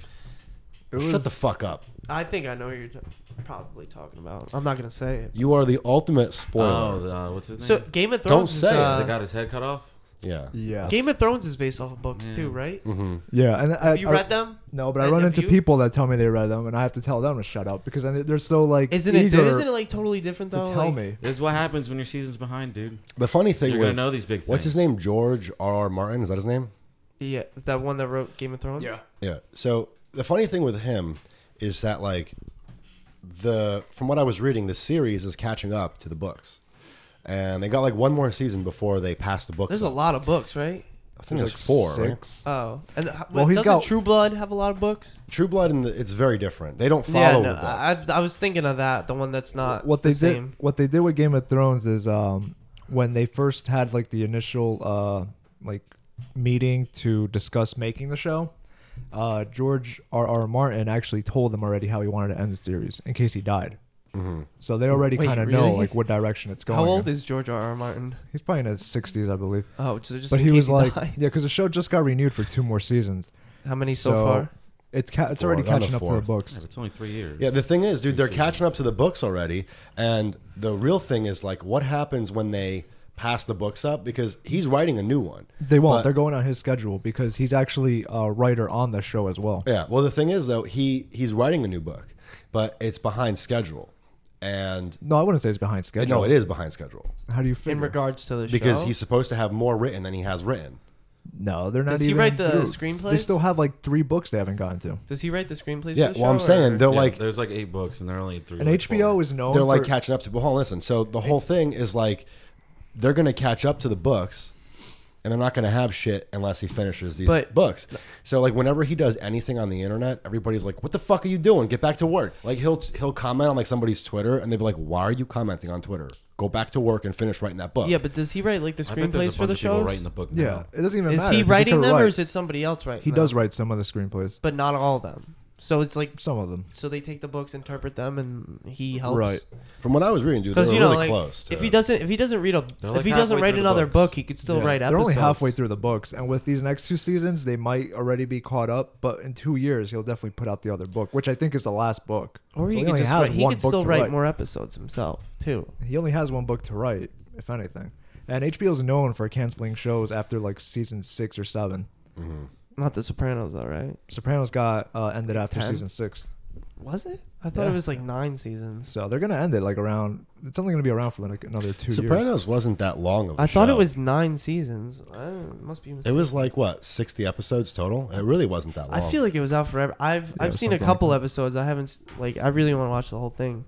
Speaker 5: It was-
Speaker 2: Shut the fuck up.
Speaker 3: I think I know who you're t- probably talking about. I'm not gonna say it.
Speaker 2: You are the ultimate
Speaker 4: Oh,
Speaker 2: spoiler.
Speaker 4: the, uh, what's his name?
Speaker 3: So Game of Thrones.
Speaker 2: say
Speaker 3: is,
Speaker 2: it.
Speaker 4: they
Speaker 3: uh,
Speaker 4: got his head cut off.
Speaker 2: yeah.
Speaker 5: yeah,
Speaker 3: Game of Thrones is based off of books
Speaker 4: Yeah.
Speaker 3: too, right?
Speaker 2: hmm
Speaker 5: yeah. And I,
Speaker 3: Have you
Speaker 5: I-
Speaker 3: read them?
Speaker 5: No, but I
Speaker 3: And
Speaker 5: run
Speaker 3: if
Speaker 5: into
Speaker 3: you-
Speaker 5: people that tell me they read them, and I have to tell them to shut up because then they're so like
Speaker 3: Isn't it?
Speaker 5: eager
Speaker 3: Isn't it like totally different
Speaker 5: to
Speaker 3: though?
Speaker 5: tell
Speaker 3: Like,
Speaker 5: me.
Speaker 4: This is what happens when your season's behind, dude.
Speaker 2: The funny thing
Speaker 4: You're
Speaker 2: with
Speaker 4: gonna know these big.
Speaker 2: what's his
Speaker 4: things.
Speaker 2: name? George R. R. Martin. Is that his name?
Speaker 3: Yeah, that one that wrote Game of Thrones. Yeah.
Speaker 2: Yeah. So the funny thing with him is that like the from what I was reading, the series is catching up to the books, and they got like one more season before they passed the books.
Speaker 3: There's a
Speaker 2: up.
Speaker 3: lot of books, right?
Speaker 2: I think there's
Speaker 5: like
Speaker 2: four. right?
Speaker 5: six.
Speaker 3: Oh, and h-
Speaker 5: Well,
Speaker 3: but
Speaker 5: he's
Speaker 3: doesn't
Speaker 5: got-
Speaker 3: True Blood have a lot of books?
Speaker 2: True Blood and the, it's very different. They don't follow the books.
Speaker 3: I, I was thinking of that. The one that's not
Speaker 5: What they
Speaker 3: the
Speaker 5: did,
Speaker 3: Same.
Speaker 5: what they did with Game of Thrones is, um, when they first had like the initial uh, like meeting to discuss making the show, uh, George R. R. Martin actually told them already how he wanted to end the series in case he died.
Speaker 2: Mm-hmm.
Speaker 5: So they already
Speaker 3: Wait,
Speaker 5: kind of know
Speaker 3: really?
Speaker 5: like what direction it's going.
Speaker 3: How old
Speaker 5: in.
Speaker 3: is George R. R. Martin?
Speaker 5: He's probably in his sixties, I believe.
Speaker 3: Oh, so just
Speaker 5: but
Speaker 3: in
Speaker 5: he
Speaker 3: case
Speaker 5: was like,
Speaker 3: died.
Speaker 5: yeah, because the show just got renewed for two more seasons.
Speaker 3: how many so,
Speaker 5: So-
Speaker 3: far?
Speaker 5: It's ca- it's
Speaker 2: Four,
Speaker 5: already
Speaker 2: it's on the
Speaker 5: catching up to
Speaker 2: fourth.
Speaker 5: the
Speaker 4: Yeah, but
Speaker 5: books.
Speaker 4: it's only three years.
Speaker 2: Yeah, the thing is, dude, they're catching up to the books already, and the real thing is like, what happens when they pass the books up? Because he's writing a new one.
Speaker 5: They won't.
Speaker 2: But-
Speaker 5: They're going on his schedule because he's actually a writer on the show as well.
Speaker 2: Yeah. Well, the thing is though, he he's writing a new book, but it's behind schedule, and
Speaker 5: No, I wouldn't say it's behind schedule.
Speaker 2: no, it is behind schedule
Speaker 5: How do you
Speaker 3: In
Speaker 5: figure?
Speaker 3: regards to the
Speaker 2: because
Speaker 3: show,
Speaker 2: he's supposed to have more written than he has written.
Speaker 5: no, they're not.
Speaker 3: Does he
Speaker 5: even,
Speaker 3: write the
Speaker 5: Dude, They
Speaker 3: screenplays?
Speaker 5: still have like three books they haven't gotten to,
Speaker 3: does he write the screenplays?
Speaker 2: Yeah.
Speaker 3: For the
Speaker 2: Well, I'm
Speaker 3: show,
Speaker 2: saying
Speaker 3: or-
Speaker 2: they're
Speaker 4: Yeah,
Speaker 2: like
Speaker 4: there's like eight books, and they're only three.
Speaker 5: and
Speaker 4: like,
Speaker 5: HBO
Speaker 4: four.
Speaker 5: is known.
Speaker 2: they're like
Speaker 5: for-
Speaker 2: catching up to. Well, hold on, listen. So the whole thing is like they're gonna catch up to the books, and they're not gonna have shit unless he finishes these
Speaker 3: But-
Speaker 2: books. So like whenever he does anything on the internet, everybody's like, "What the fuck are you doing? Get back to work!" Like he'll he'll comment on like somebody's Twitter, and they'd be like, "Why are you commenting on Twitter? Go back to work and finish writing that book."
Speaker 3: yeah, but does he write like the
Speaker 4: I bet there's a
Speaker 3: screenplays for
Speaker 4: bunch
Speaker 3: the
Speaker 4: of people
Speaker 3: shows?
Speaker 4: writing the book. Now.
Speaker 5: Yeah, it doesn't even
Speaker 3: is
Speaker 5: matter.
Speaker 3: he
Speaker 5: 'cause
Speaker 3: writing
Speaker 5: could
Speaker 3: them, or
Speaker 5: write.
Speaker 3: is it somebody else writing?
Speaker 5: He
Speaker 3: them?
Speaker 5: does write some of the screenplays.
Speaker 3: but not all of them. So it's like
Speaker 5: Some of them.
Speaker 3: so they take the books, interpret them, and he helps.
Speaker 5: Right.
Speaker 2: From what I was reading, dude, they were
Speaker 3: Because you know,
Speaker 2: really
Speaker 3: like,
Speaker 2: close. To,
Speaker 3: if he doesn't, if he doesn't read a,
Speaker 4: like
Speaker 3: if he doesn't
Speaker 4: halfway
Speaker 3: write
Speaker 4: through the
Speaker 3: another
Speaker 4: books.
Speaker 3: book, he could still
Speaker 5: Yeah,
Speaker 3: write.
Speaker 5: They're only
Speaker 3: episodes.
Speaker 5: halfway through the books, and with these next two seasons, they might already be caught up. But in two years, he'll definitely put out the other book, which I think is the last book.
Speaker 3: Or
Speaker 5: So
Speaker 3: he, could
Speaker 5: only
Speaker 3: just
Speaker 5: has
Speaker 3: write, he
Speaker 5: one
Speaker 3: could
Speaker 5: book
Speaker 3: still
Speaker 5: to
Speaker 3: write more episodes himself too.
Speaker 5: He only has one book to write, if anything. And HBO's known for canceling shows after like season six or seven.
Speaker 3: Not The Sopranos, though, right?
Speaker 5: Sopranos got uh, ended after
Speaker 3: Ten?
Speaker 5: season six.
Speaker 3: Was it? I thought
Speaker 5: Yeah.
Speaker 3: it was like nine seasons.
Speaker 5: So they're gonna end it like around. It's only gonna be around for like another two
Speaker 2: Sopranos
Speaker 5: years.
Speaker 2: wasn't that long of. a
Speaker 3: I thought it
Speaker 2: show.
Speaker 3: was nine seasons. I don't, must be.
Speaker 2: It
Speaker 3: mistaken.
Speaker 2: was like what sixty episodes total. It really wasn't that long.
Speaker 3: I feel like it was out forever. I've
Speaker 5: it
Speaker 3: I've
Speaker 5: was
Speaker 3: seen a
Speaker 5: something
Speaker 3: couple
Speaker 5: like that.
Speaker 3: episodes. I haven't s- like I really want to watch the whole thing.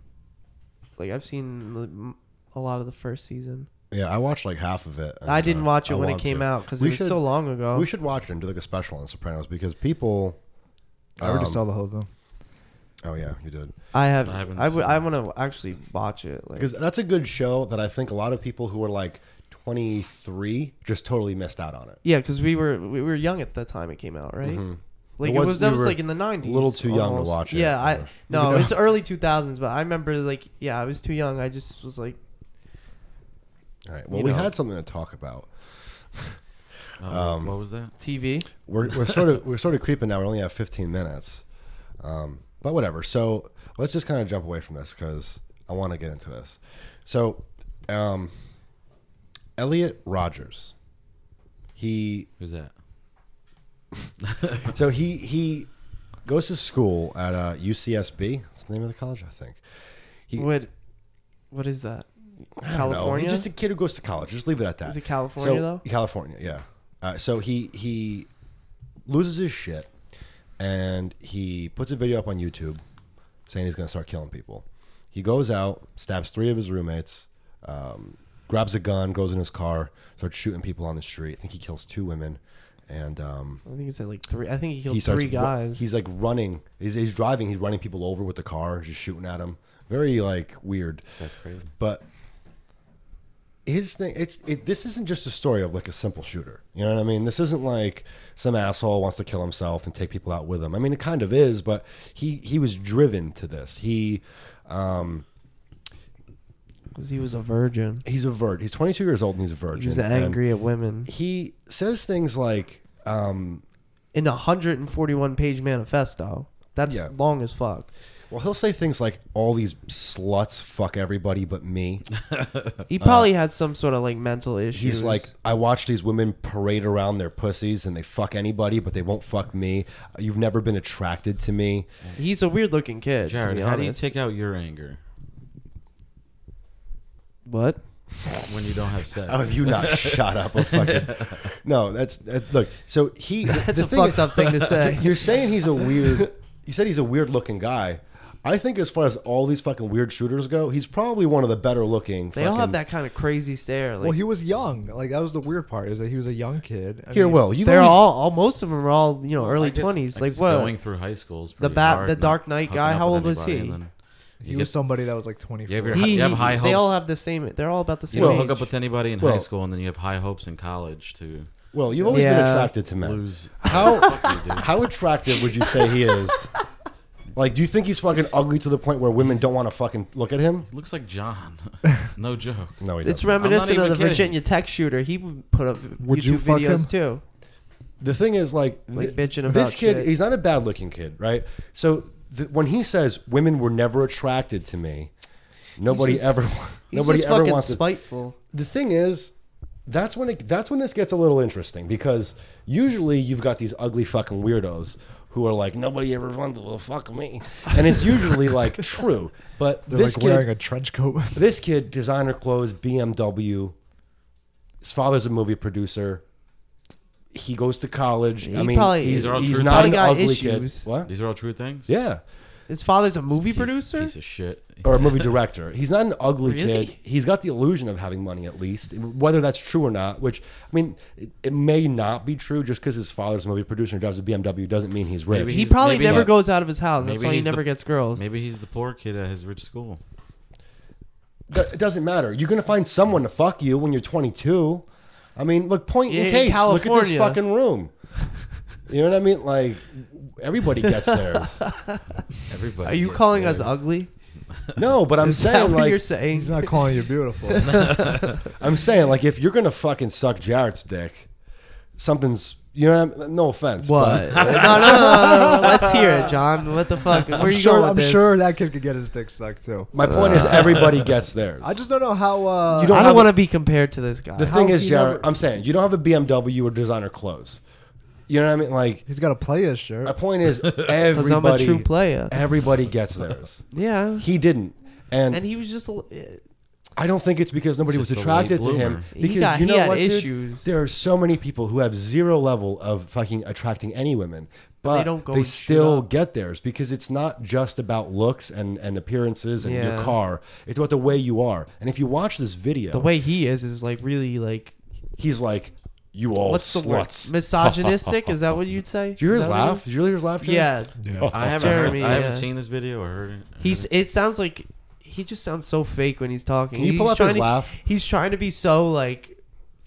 Speaker 3: Like I've seen the, m- a lot of the first season.
Speaker 2: yeah, I watched like half of it. and,
Speaker 3: I didn't
Speaker 2: uh,
Speaker 3: watch it
Speaker 2: I
Speaker 3: when it
Speaker 2: want
Speaker 3: came
Speaker 2: to.
Speaker 3: out 'cause out because
Speaker 2: We
Speaker 3: it was
Speaker 2: should-
Speaker 3: so long ago.
Speaker 2: We should watch it and do like a special on Sopranos because people.
Speaker 5: I already
Speaker 2: um,
Speaker 5: saw the whole thing.
Speaker 2: Oh yeah, you did.
Speaker 3: I have.
Speaker 4: I
Speaker 3: I,
Speaker 4: haven't
Speaker 3: would.
Speaker 4: seen
Speaker 3: I
Speaker 4: it.
Speaker 3: want to actually watch it. Like
Speaker 2: Because that's a good show that I think a lot of people who are like 23 just totally missed out on it.
Speaker 3: yeah, because we were we were young at the time it came out, right? Like
Speaker 2: Mm-hmm. It
Speaker 3: it
Speaker 2: was-
Speaker 3: was, that
Speaker 2: we
Speaker 3: was
Speaker 2: were
Speaker 3: like in the nineties.
Speaker 2: little too young to watch it,
Speaker 3: Yeah, I
Speaker 2: yeah.
Speaker 3: no, it's early two thousands, but I remember like yeah, I was too young. I just was like
Speaker 2: All right. Well,
Speaker 3: You
Speaker 2: we
Speaker 3: know.
Speaker 2: had something to talk about.
Speaker 4: Um, what was that?
Speaker 3: TV.
Speaker 2: We're, we're sort of we're sort of creeping now. We only have 15 minutes, um, but whatever. So let's just kind of jump away from this because I want to get into this. So, um, Elliot Rogers, he
Speaker 4: Who's that?
Speaker 2: so he he goes to school at uh, UCSB. That's the name of the college, I think. He-
Speaker 3: What what is that?
Speaker 2: I don't know.
Speaker 3: California.
Speaker 2: He's just a kid who goes to college. Just leave it at that.
Speaker 3: Is it California,
Speaker 2: so,
Speaker 3: though?
Speaker 2: California, yeah. Uh, so he he loses his shit, and he puts a video up on YouTube saying he's going to start killing people. He goes out, stabs three of his roommates, um, grabs a gun, goes in his car, starts shooting people on the street. I think he kills two women, and um,
Speaker 3: I think it's at like three. I think he killed
Speaker 2: he starts
Speaker 3: three
Speaker 2: ru-
Speaker 3: guys.
Speaker 2: he's like running. He's, he's driving. He's running people over with the car, just shooting at them. Very like weird
Speaker 4: That's crazy.
Speaker 2: but his thing it's it, this isn't just a story of like a simple shooter you know what i mean this isn't like some asshole wants to kill himself and take people out with him i mean it kind of is but he he was driven to this he um
Speaker 3: Because he was a virgin.
Speaker 2: he's a virgin he's 22 years old and he's a virgin
Speaker 3: He was
Speaker 2: and
Speaker 3: angry at women.
Speaker 2: he says things like um
Speaker 3: In a 141 page manifesto. That's
Speaker 2: Yeah.
Speaker 3: long as fuck.
Speaker 2: well he'll say things like all these sluts fuck everybody but me
Speaker 3: He probably had some sort of like mental issues.
Speaker 2: Uh, He's like, I watch these women parade around their pussies and they fuck anybody, but they won't fuck me. You've never been attracted to me.
Speaker 3: he's a weird looking kid. to
Speaker 4: Jared,
Speaker 3: be
Speaker 4: how do you
Speaker 3: honest.
Speaker 4: take out your anger
Speaker 3: what?
Speaker 4: when you don't have sex?
Speaker 2: Oh, have you not shut up? A fucking no. That's that, look. So he.
Speaker 3: That's a fucked up thing to say.
Speaker 2: You're saying he's a weird. You said he's a weird looking guy. I think as far as all these fucking weird shooters go, he's probably one of the better looking.
Speaker 3: They all have that kind of crazy stare. Like,
Speaker 5: well, he was young. Like that was the weird part is that he was a young kid. I
Speaker 2: Here,
Speaker 5: mean,
Speaker 2: Will, you
Speaker 3: they're
Speaker 2: always-
Speaker 3: all, all most of them are all you know
Speaker 4: Well, I
Speaker 3: early
Speaker 4: guess-
Speaker 3: twenties.
Speaker 4: I
Speaker 3: Like
Speaker 4: guess
Speaker 3: what?
Speaker 4: Going through high school is
Speaker 3: The
Speaker 4: pretty
Speaker 3: Bat-
Speaker 4: hard,
Speaker 3: the
Speaker 4: not
Speaker 3: Dark Knight
Speaker 4: hooking
Speaker 3: guy,
Speaker 4: up
Speaker 3: how
Speaker 4: with
Speaker 3: old was
Speaker 4: anybody,
Speaker 3: he?
Speaker 4: and then
Speaker 5: he
Speaker 4: You
Speaker 5: was
Speaker 4: get-
Speaker 5: somebody that was like 24.
Speaker 4: You ever-
Speaker 3: he,
Speaker 4: You have high
Speaker 3: They all
Speaker 4: hopes.
Speaker 3: have the same. They're all about the
Speaker 4: you
Speaker 3: same.
Speaker 4: don't hook
Speaker 3: age.
Speaker 4: up with anybody in
Speaker 2: Well-
Speaker 4: high school, and then you have high hopes in college to
Speaker 2: Well, you've always been
Speaker 3: Yeah.
Speaker 2: attracted to men.
Speaker 4: lose.
Speaker 2: How
Speaker 4: Fuck you, dude.
Speaker 2: how attractive would you say he is? Like, do you think he's fucking ugly to the point where women don't want to fucking look at him?
Speaker 4: Looks like John. No joke.
Speaker 2: No, he doesn't.
Speaker 3: It's reminiscent
Speaker 4: even
Speaker 3: of the
Speaker 4: kidding.
Speaker 3: Virginia Tech shooter. He would put up
Speaker 5: Would
Speaker 3: YouTube
Speaker 5: you fuck
Speaker 3: videos
Speaker 5: him?
Speaker 3: too.
Speaker 2: the thing is like,
Speaker 3: Like
Speaker 2: th-
Speaker 3: bitching
Speaker 2: this
Speaker 3: about
Speaker 2: kid
Speaker 3: shit.
Speaker 2: he's not a bad looking kid right so th- when he says women were never attracted to me nobody
Speaker 3: just-
Speaker 2: ever
Speaker 3: He's
Speaker 2: nobody
Speaker 3: just
Speaker 2: ever
Speaker 3: fucking
Speaker 2: wants to
Speaker 3: spiteful.
Speaker 2: the thing is that's when it that's when this gets a little interesting because usually you've got these ugly fucking weirdos who are like nobody ever wanted to fuck me and it's usually like true but
Speaker 5: They're
Speaker 2: this
Speaker 5: like
Speaker 2: kid
Speaker 5: wearing a trench coat.
Speaker 2: this kid designer clothes bmw his father's a movie producer he goes to college i
Speaker 3: He
Speaker 2: mean
Speaker 3: probably-
Speaker 2: he's,
Speaker 4: These are all
Speaker 2: he's
Speaker 4: true
Speaker 2: not
Speaker 4: things.
Speaker 2: an
Speaker 3: Probably got
Speaker 2: ugly
Speaker 3: issues.
Speaker 2: kid what
Speaker 4: These are all true things.
Speaker 2: yeah
Speaker 3: His father's a movie
Speaker 4: Piece-
Speaker 3: producer.
Speaker 4: Piece of shit.
Speaker 2: or a movie director he's not an ugly
Speaker 3: Really?
Speaker 2: kid he's got the illusion of having money at least whether that's true or not which i mean it, it may not be true just because his father's a movie producer and drives a bmw doesn't mean he's rich
Speaker 4: Maybe
Speaker 3: he
Speaker 4: he's-
Speaker 3: probably
Speaker 4: maybe
Speaker 3: never
Speaker 4: he-
Speaker 3: goes out of his house. That's
Speaker 4: maybe
Speaker 3: why he
Speaker 4: he's
Speaker 3: never
Speaker 4: the-
Speaker 3: gets girls.
Speaker 4: Maybe he's the poor kid at his rich school.
Speaker 2: Th- it doesn't matter you're gonna find someone to fuck you when you're 22 i mean look point
Speaker 3: Yeah,
Speaker 2: in
Speaker 3: in
Speaker 2: case look at this
Speaker 3: California.
Speaker 2: fucking room you know what i mean like everybody gets theirs
Speaker 4: Everybody.
Speaker 3: Are you
Speaker 4: gets
Speaker 3: calling us
Speaker 4: theirs.
Speaker 3: ugly?
Speaker 2: No, but I'm
Speaker 3: Is that
Speaker 2: saying
Speaker 3: what you're
Speaker 2: like
Speaker 3: saying?
Speaker 5: He's not calling you beautiful.
Speaker 2: I'm saying like if you're gonna fucking suck Jarrett's dick, something's you know what I'm, no offense.
Speaker 3: What?
Speaker 2: but-
Speaker 3: no, no, no, no, no. Let's hear it, John. What the fuck? Where
Speaker 5: I'm
Speaker 3: are you
Speaker 5: sure,
Speaker 3: going with
Speaker 5: I'm
Speaker 3: this?
Speaker 5: sure that kid could get his dick sucked too.
Speaker 2: my point is everybody gets theirs.
Speaker 5: I just don't know how. Uh,
Speaker 2: You don't
Speaker 3: I
Speaker 2: have
Speaker 3: don't
Speaker 2: a-
Speaker 3: want to be compared to this guy.
Speaker 2: the thing
Speaker 5: how
Speaker 2: is,
Speaker 5: he
Speaker 2: Jarrett,
Speaker 5: never-
Speaker 2: I'm saying you don't have a BMW or designer clothes. You know what I mean? Like
Speaker 5: He's got a player's
Speaker 2: my
Speaker 5: shirt.
Speaker 2: point is
Speaker 3: Because I'm a true
Speaker 2: everybody
Speaker 3: player.
Speaker 2: everybody gets theirs.
Speaker 3: Yeah.
Speaker 2: He didn't. And,
Speaker 3: And he was just. a l- eh,
Speaker 2: I don't think it's because nobody was
Speaker 4: Just a late
Speaker 2: attracted to him.
Speaker 4: bloomer.
Speaker 3: He
Speaker 2: Because
Speaker 3: got-
Speaker 2: you
Speaker 3: he
Speaker 2: know
Speaker 3: had
Speaker 2: what, dude?
Speaker 3: issues.
Speaker 2: There are so many people who have zero level of fucking attracting any women, but they,
Speaker 3: don't go and shoot
Speaker 2: still
Speaker 3: up.
Speaker 2: get theirs because it's not just about looks and, and appearances and your
Speaker 3: Yeah.
Speaker 2: car. It's about the way you are. And if you watch this video,
Speaker 3: The way he is is like really like.
Speaker 2: he's like, "You all
Speaker 3: what's the word?
Speaker 2: sluts."
Speaker 3: Misogynistic? is that what you'd say?
Speaker 2: Did you hear
Speaker 3: Is
Speaker 2: his
Speaker 3: that what you-
Speaker 2: laugh? Did you really hear his laugh? Jimmy?
Speaker 3: Yeah.
Speaker 4: I haven't
Speaker 3: Jeremy,
Speaker 4: heard, I haven't
Speaker 3: yeah.
Speaker 4: seen this video or heard it.
Speaker 3: He's. It sounds like he just sounds so fake when he's talking.
Speaker 2: Can you
Speaker 3: he's
Speaker 2: pull up
Speaker 3: trying
Speaker 2: his
Speaker 3: to-
Speaker 2: laugh?
Speaker 3: He's trying to be so like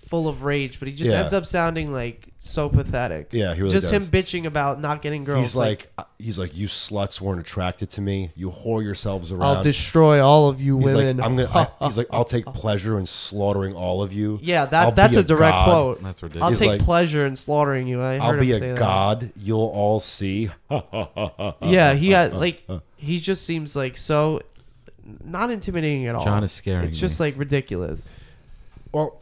Speaker 3: full of rage, but he just
Speaker 2: Yeah.
Speaker 3: ends up sounding like so pathetic.
Speaker 2: Yeah, he really does.
Speaker 3: just him bitching about not getting girls.
Speaker 2: He's like, "Uh, he's like, you sluts weren't attracted to me. You whore yourselves around.
Speaker 3: I'll destroy all of you
Speaker 2: He's
Speaker 3: women.
Speaker 2: like, I'm gonna. I, he's like, I'll take pleasure in slaughtering all of you.
Speaker 3: yeah,
Speaker 2: I'll
Speaker 3: that that's
Speaker 2: be
Speaker 3: a direct
Speaker 2: god.
Speaker 3: quote.
Speaker 4: That's
Speaker 3: I'll
Speaker 4: ridiculous.
Speaker 2: He's
Speaker 3: take
Speaker 2: like,
Speaker 3: pleasure in slaughtering you. I heard
Speaker 2: I'll
Speaker 3: him
Speaker 2: be
Speaker 3: say
Speaker 2: a
Speaker 3: that.
Speaker 2: god. Uh, You'll all see.
Speaker 3: yeah, he had like
Speaker 2: uh.
Speaker 3: he just seems like so not intimidating at all.
Speaker 4: John is scaring
Speaker 3: It's just like ridiculous.
Speaker 2: Well,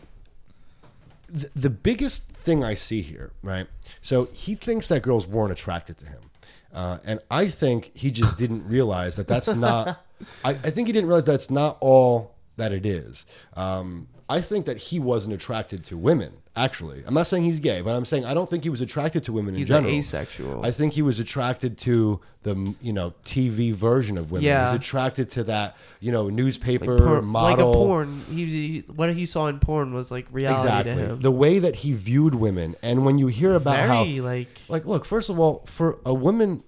Speaker 2: the, the biggest thing I see here, right? So he thinks that girls weren't attracted to him. Uh, and I think he just didn't realize that that's not, I, I think he didn't realize that's not all that it is. Um, I think that he wasn't attracted to women, actually. I'm not saying he's gay, but I'm saying I don't think he was attracted to women
Speaker 3: He's
Speaker 2: in
Speaker 3: like
Speaker 2: general.
Speaker 3: asexual.
Speaker 2: I think he was attracted to the, you know, TV version of women. He
Speaker 3: Yeah.
Speaker 2: was attracted to that, you know, newspaper
Speaker 3: Like, por- like
Speaker 2: model.
Speaker 3: a porn. He, he what he saw in porn was like reality
Speaker 2: exactly
Speaker 3: to him.
Speaker 2: the way that he viewed women and when you hear about
Speaker 3: Very
Speaker 2: how
Speaker 3: like
Speaker 2: like look first of all for a woman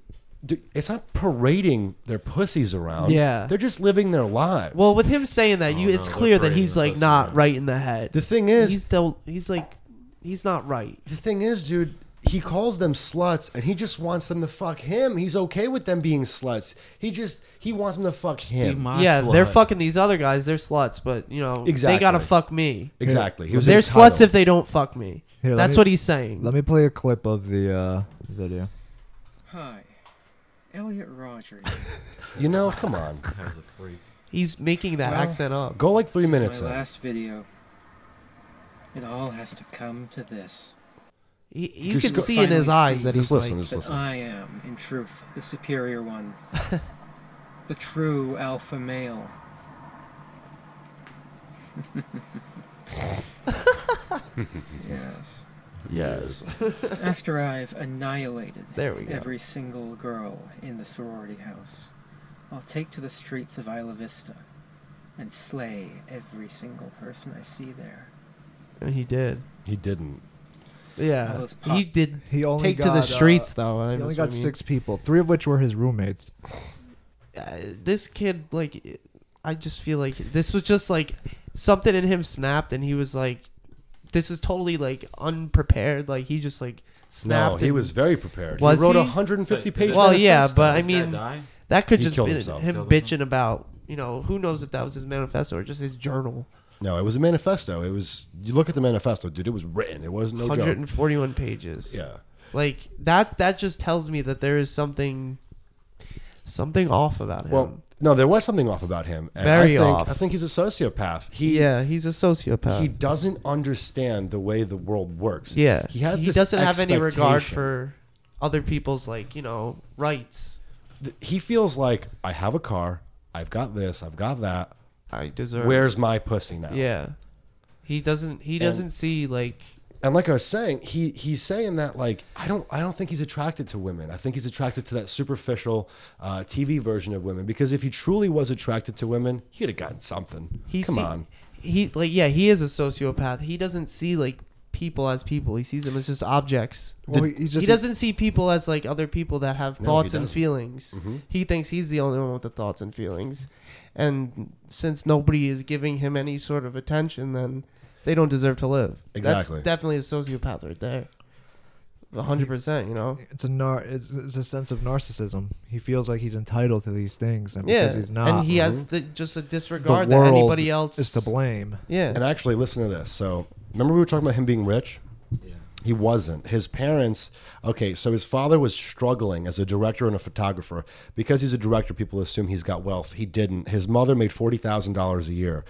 Speaker 2: dude, it's not parading their pussies around
Speaker 3: Yeah.
Speaker 2: they're just living their lives
Speaker 3: well with him saying that you
Speaker 4: no,
Speaker 3: it's
Speaker 4: they're
Speaker 3: clear that
Speaker 4: braiding
Speaker 3: he's
Speaker 4: the
Speaker 3: like
Speaker 4: pussy
Speaker 3: not
Speaker 4: down.
Speaker 3: right in the head.
Speaker 2: the thing is
Speaker 3: he's still he's like he's not right.
Speaker 2: the thing is dude he calls them sluts and he just wants them to fuck him he's okay with them being sluts he just he wants them to fuck
Speaker 4: Be
Speaker 2: him
Speaker 4: my
Speaker 3: yeah, they're
Speaker 4: slut.
Speaker 3: fucking these other guys. They're sluts, but you know they
Speaker 2: Exactly.
Speaker 3: gotta fuck me.
Speaker 2: exactly he was
Speaker 3: They're
Speaker 2: entitled.
Speaker 3: sluts if they don't fuck me.
Speaker 5: Here, let
Speaker 3: That's
Speaker 5: me-
Speaker 3: what he's saying.
Speaker 5: Let me play a clip of the uh, video.
Speaker 1: Hi, Elliot Roger. here.
Speaker 2: you know come on
Speaker 4: Has a freak.
Speaker 3: He's making that
Speaker 1: Well,
Speaker 3: accent up.
Speaker 2: go like three
Speaker 1: This is
Speaker 2: minutes in.
Speaker 1: My last video. It all has to come to this.
Speaker 3: He, you
Speaker 2: Just
Speaker 3: can
Speaker 2: go-
Speaker 3: see in his
Speaker 1: finally
Speaker 3: eyes
Speaker 1: see.
Speaker 3: that he's
Speaker 2: just listen
Speaker 3: like,
Speaker 2: just
Speaker 1: That
Speaker 2: listen
Speaker 1: I am, in truth, the superior one. the true alpha male. yes.
Speaker 3: yes,
Speaker 1: After I've annihilated
Speaker 3: There we go.
Speaker 1: every single girl in the sorority house, I'll take to the streets of Isla Vista and slay every single person I see there.
Speaker 3: and he did.
Speaker 2: he didn't
Speaker 3: Yeah,
Speaker 1: was
Speaker 3: he
Speaker 1: pop-
Speaker 3: did
Speaker 5: He only
Speaker 3: take
Speaker 5: got,
Speaker 3: to
Speaker 5: uh,
Speaker 3: the streets though. I
Speaker 5: he only
Speaker 3: that's
Speaker 5: got
Speaker 3: what I mean.
Speaker 5: six people, three of which were his roommates.
Speaker 3: Uh, this kid, like, I just feel like this was just like something in him snapped, and he was like, this was totally like unprepared. Like he just like snapped.
Speaker 2: no he
Speaker 3: and-
Speaker 2: was very prepared
Speaker 3: Was
Speaker 2: he wrote
Speaker 3: he?
Speaker 2: 150 pages
Speaker 3: Well, yeah, but
Speaker 4: This
Speaker 3: I
Speaker 4: guy
Speaker 3: mean,
Speaker 4: die?
Speaker 3: that could
Speaker 2: He
Speaker 3: just
Speaker 2: killed
Speaker 3: be
Speaker 2: himself.
Speaker 3: him
Speaker 4: Killed
Speaker 3: bitching about. You know, who knows if that was his manifesto or just his journal.
Speaker 2: No, it was a manifesto. It was you look at the manifesto, dude. It was written. It was no joke.
Speaker 3: 141 pages.
Speaker 2: Yeah,
Speaker 3: Like that that just tells me that there is something something off about him.
Speaker 2: Well, no, there was something off about him. And
Speaker 3: Very
Speaker 2: I think,
Speaker 3: off.
Speaker 2: I think he's a sociopath. He
Speaker 3: yeah, he's a sociopath.
Speaker 2: he doesn't understand the way the world works.
Speaker 3: yeah.
Speaker 2: he has.
Speaker 3: He
Speaker 2: this
Speaker 3: doesn't have any regard
Speaker 2: expectation.
Speaker 3: for other people's like, you know, rights.
Speaker 2: Th- He feels like I have a car. I've got this. I've got that.
Speaker 3: I deserve
Speaker 2: Where's my pussy now?
Speaker 3: Yeah. He doesn't he doesn't see like
Speaker 2: And like I was saying, he he's saying that like I don't I don't think he's attracted to women. I think he's attracted to that superficial uh, TV version of women. Because if he truly was attracted to women, he'd have gotten something.
Speaker 3: he
Speaker 2: Come
Speaker 3: see-
Speaker 2: on.
Speaker 3: He like yeah, he is a sociopath. He doesn't see like people as people. He sees them as just objects.
Speaker 5: Well, he, just
Speaker 3: he doesn't see people as like other people that have
Speaker 2: No,
Speaker 3: thoughts
Speaker 2: he
Speaker 3: and
Speaker 2: doesn't.
Speaker 3: feelings.
Speaker 5: Mm-hmm.
Speaker 3: He thinks he's the only one with the thoughts and feelings. And since nobody is giving him any sort of attention, then they don't deserve to live.
Speaker 2: Exactly.
Speaker 3: That's definitely a sociopath right there. 100%, you know?
Speaker 5: It's a nar- it's, it's a sense of narcissism. He feels like he's entitled to these things, and
Speaker 3: Yeah.
Speaker 5: because he's not, mm-hmm.
Speaker 3: and he has the, just a disregard that
Speaker 5: world
Speaker 3: anybody else
Speaker 5: is to blame.
Speaker 3: Yeah.
Speaker 2: And actually, listen to this. So, remember we were talking about him being rich? He wasn't. His parents, okay, so his father was struggling as a director and a photographer. Because he's a director, people assume he's got wealth. He didn't. His mother made $40,000 a year.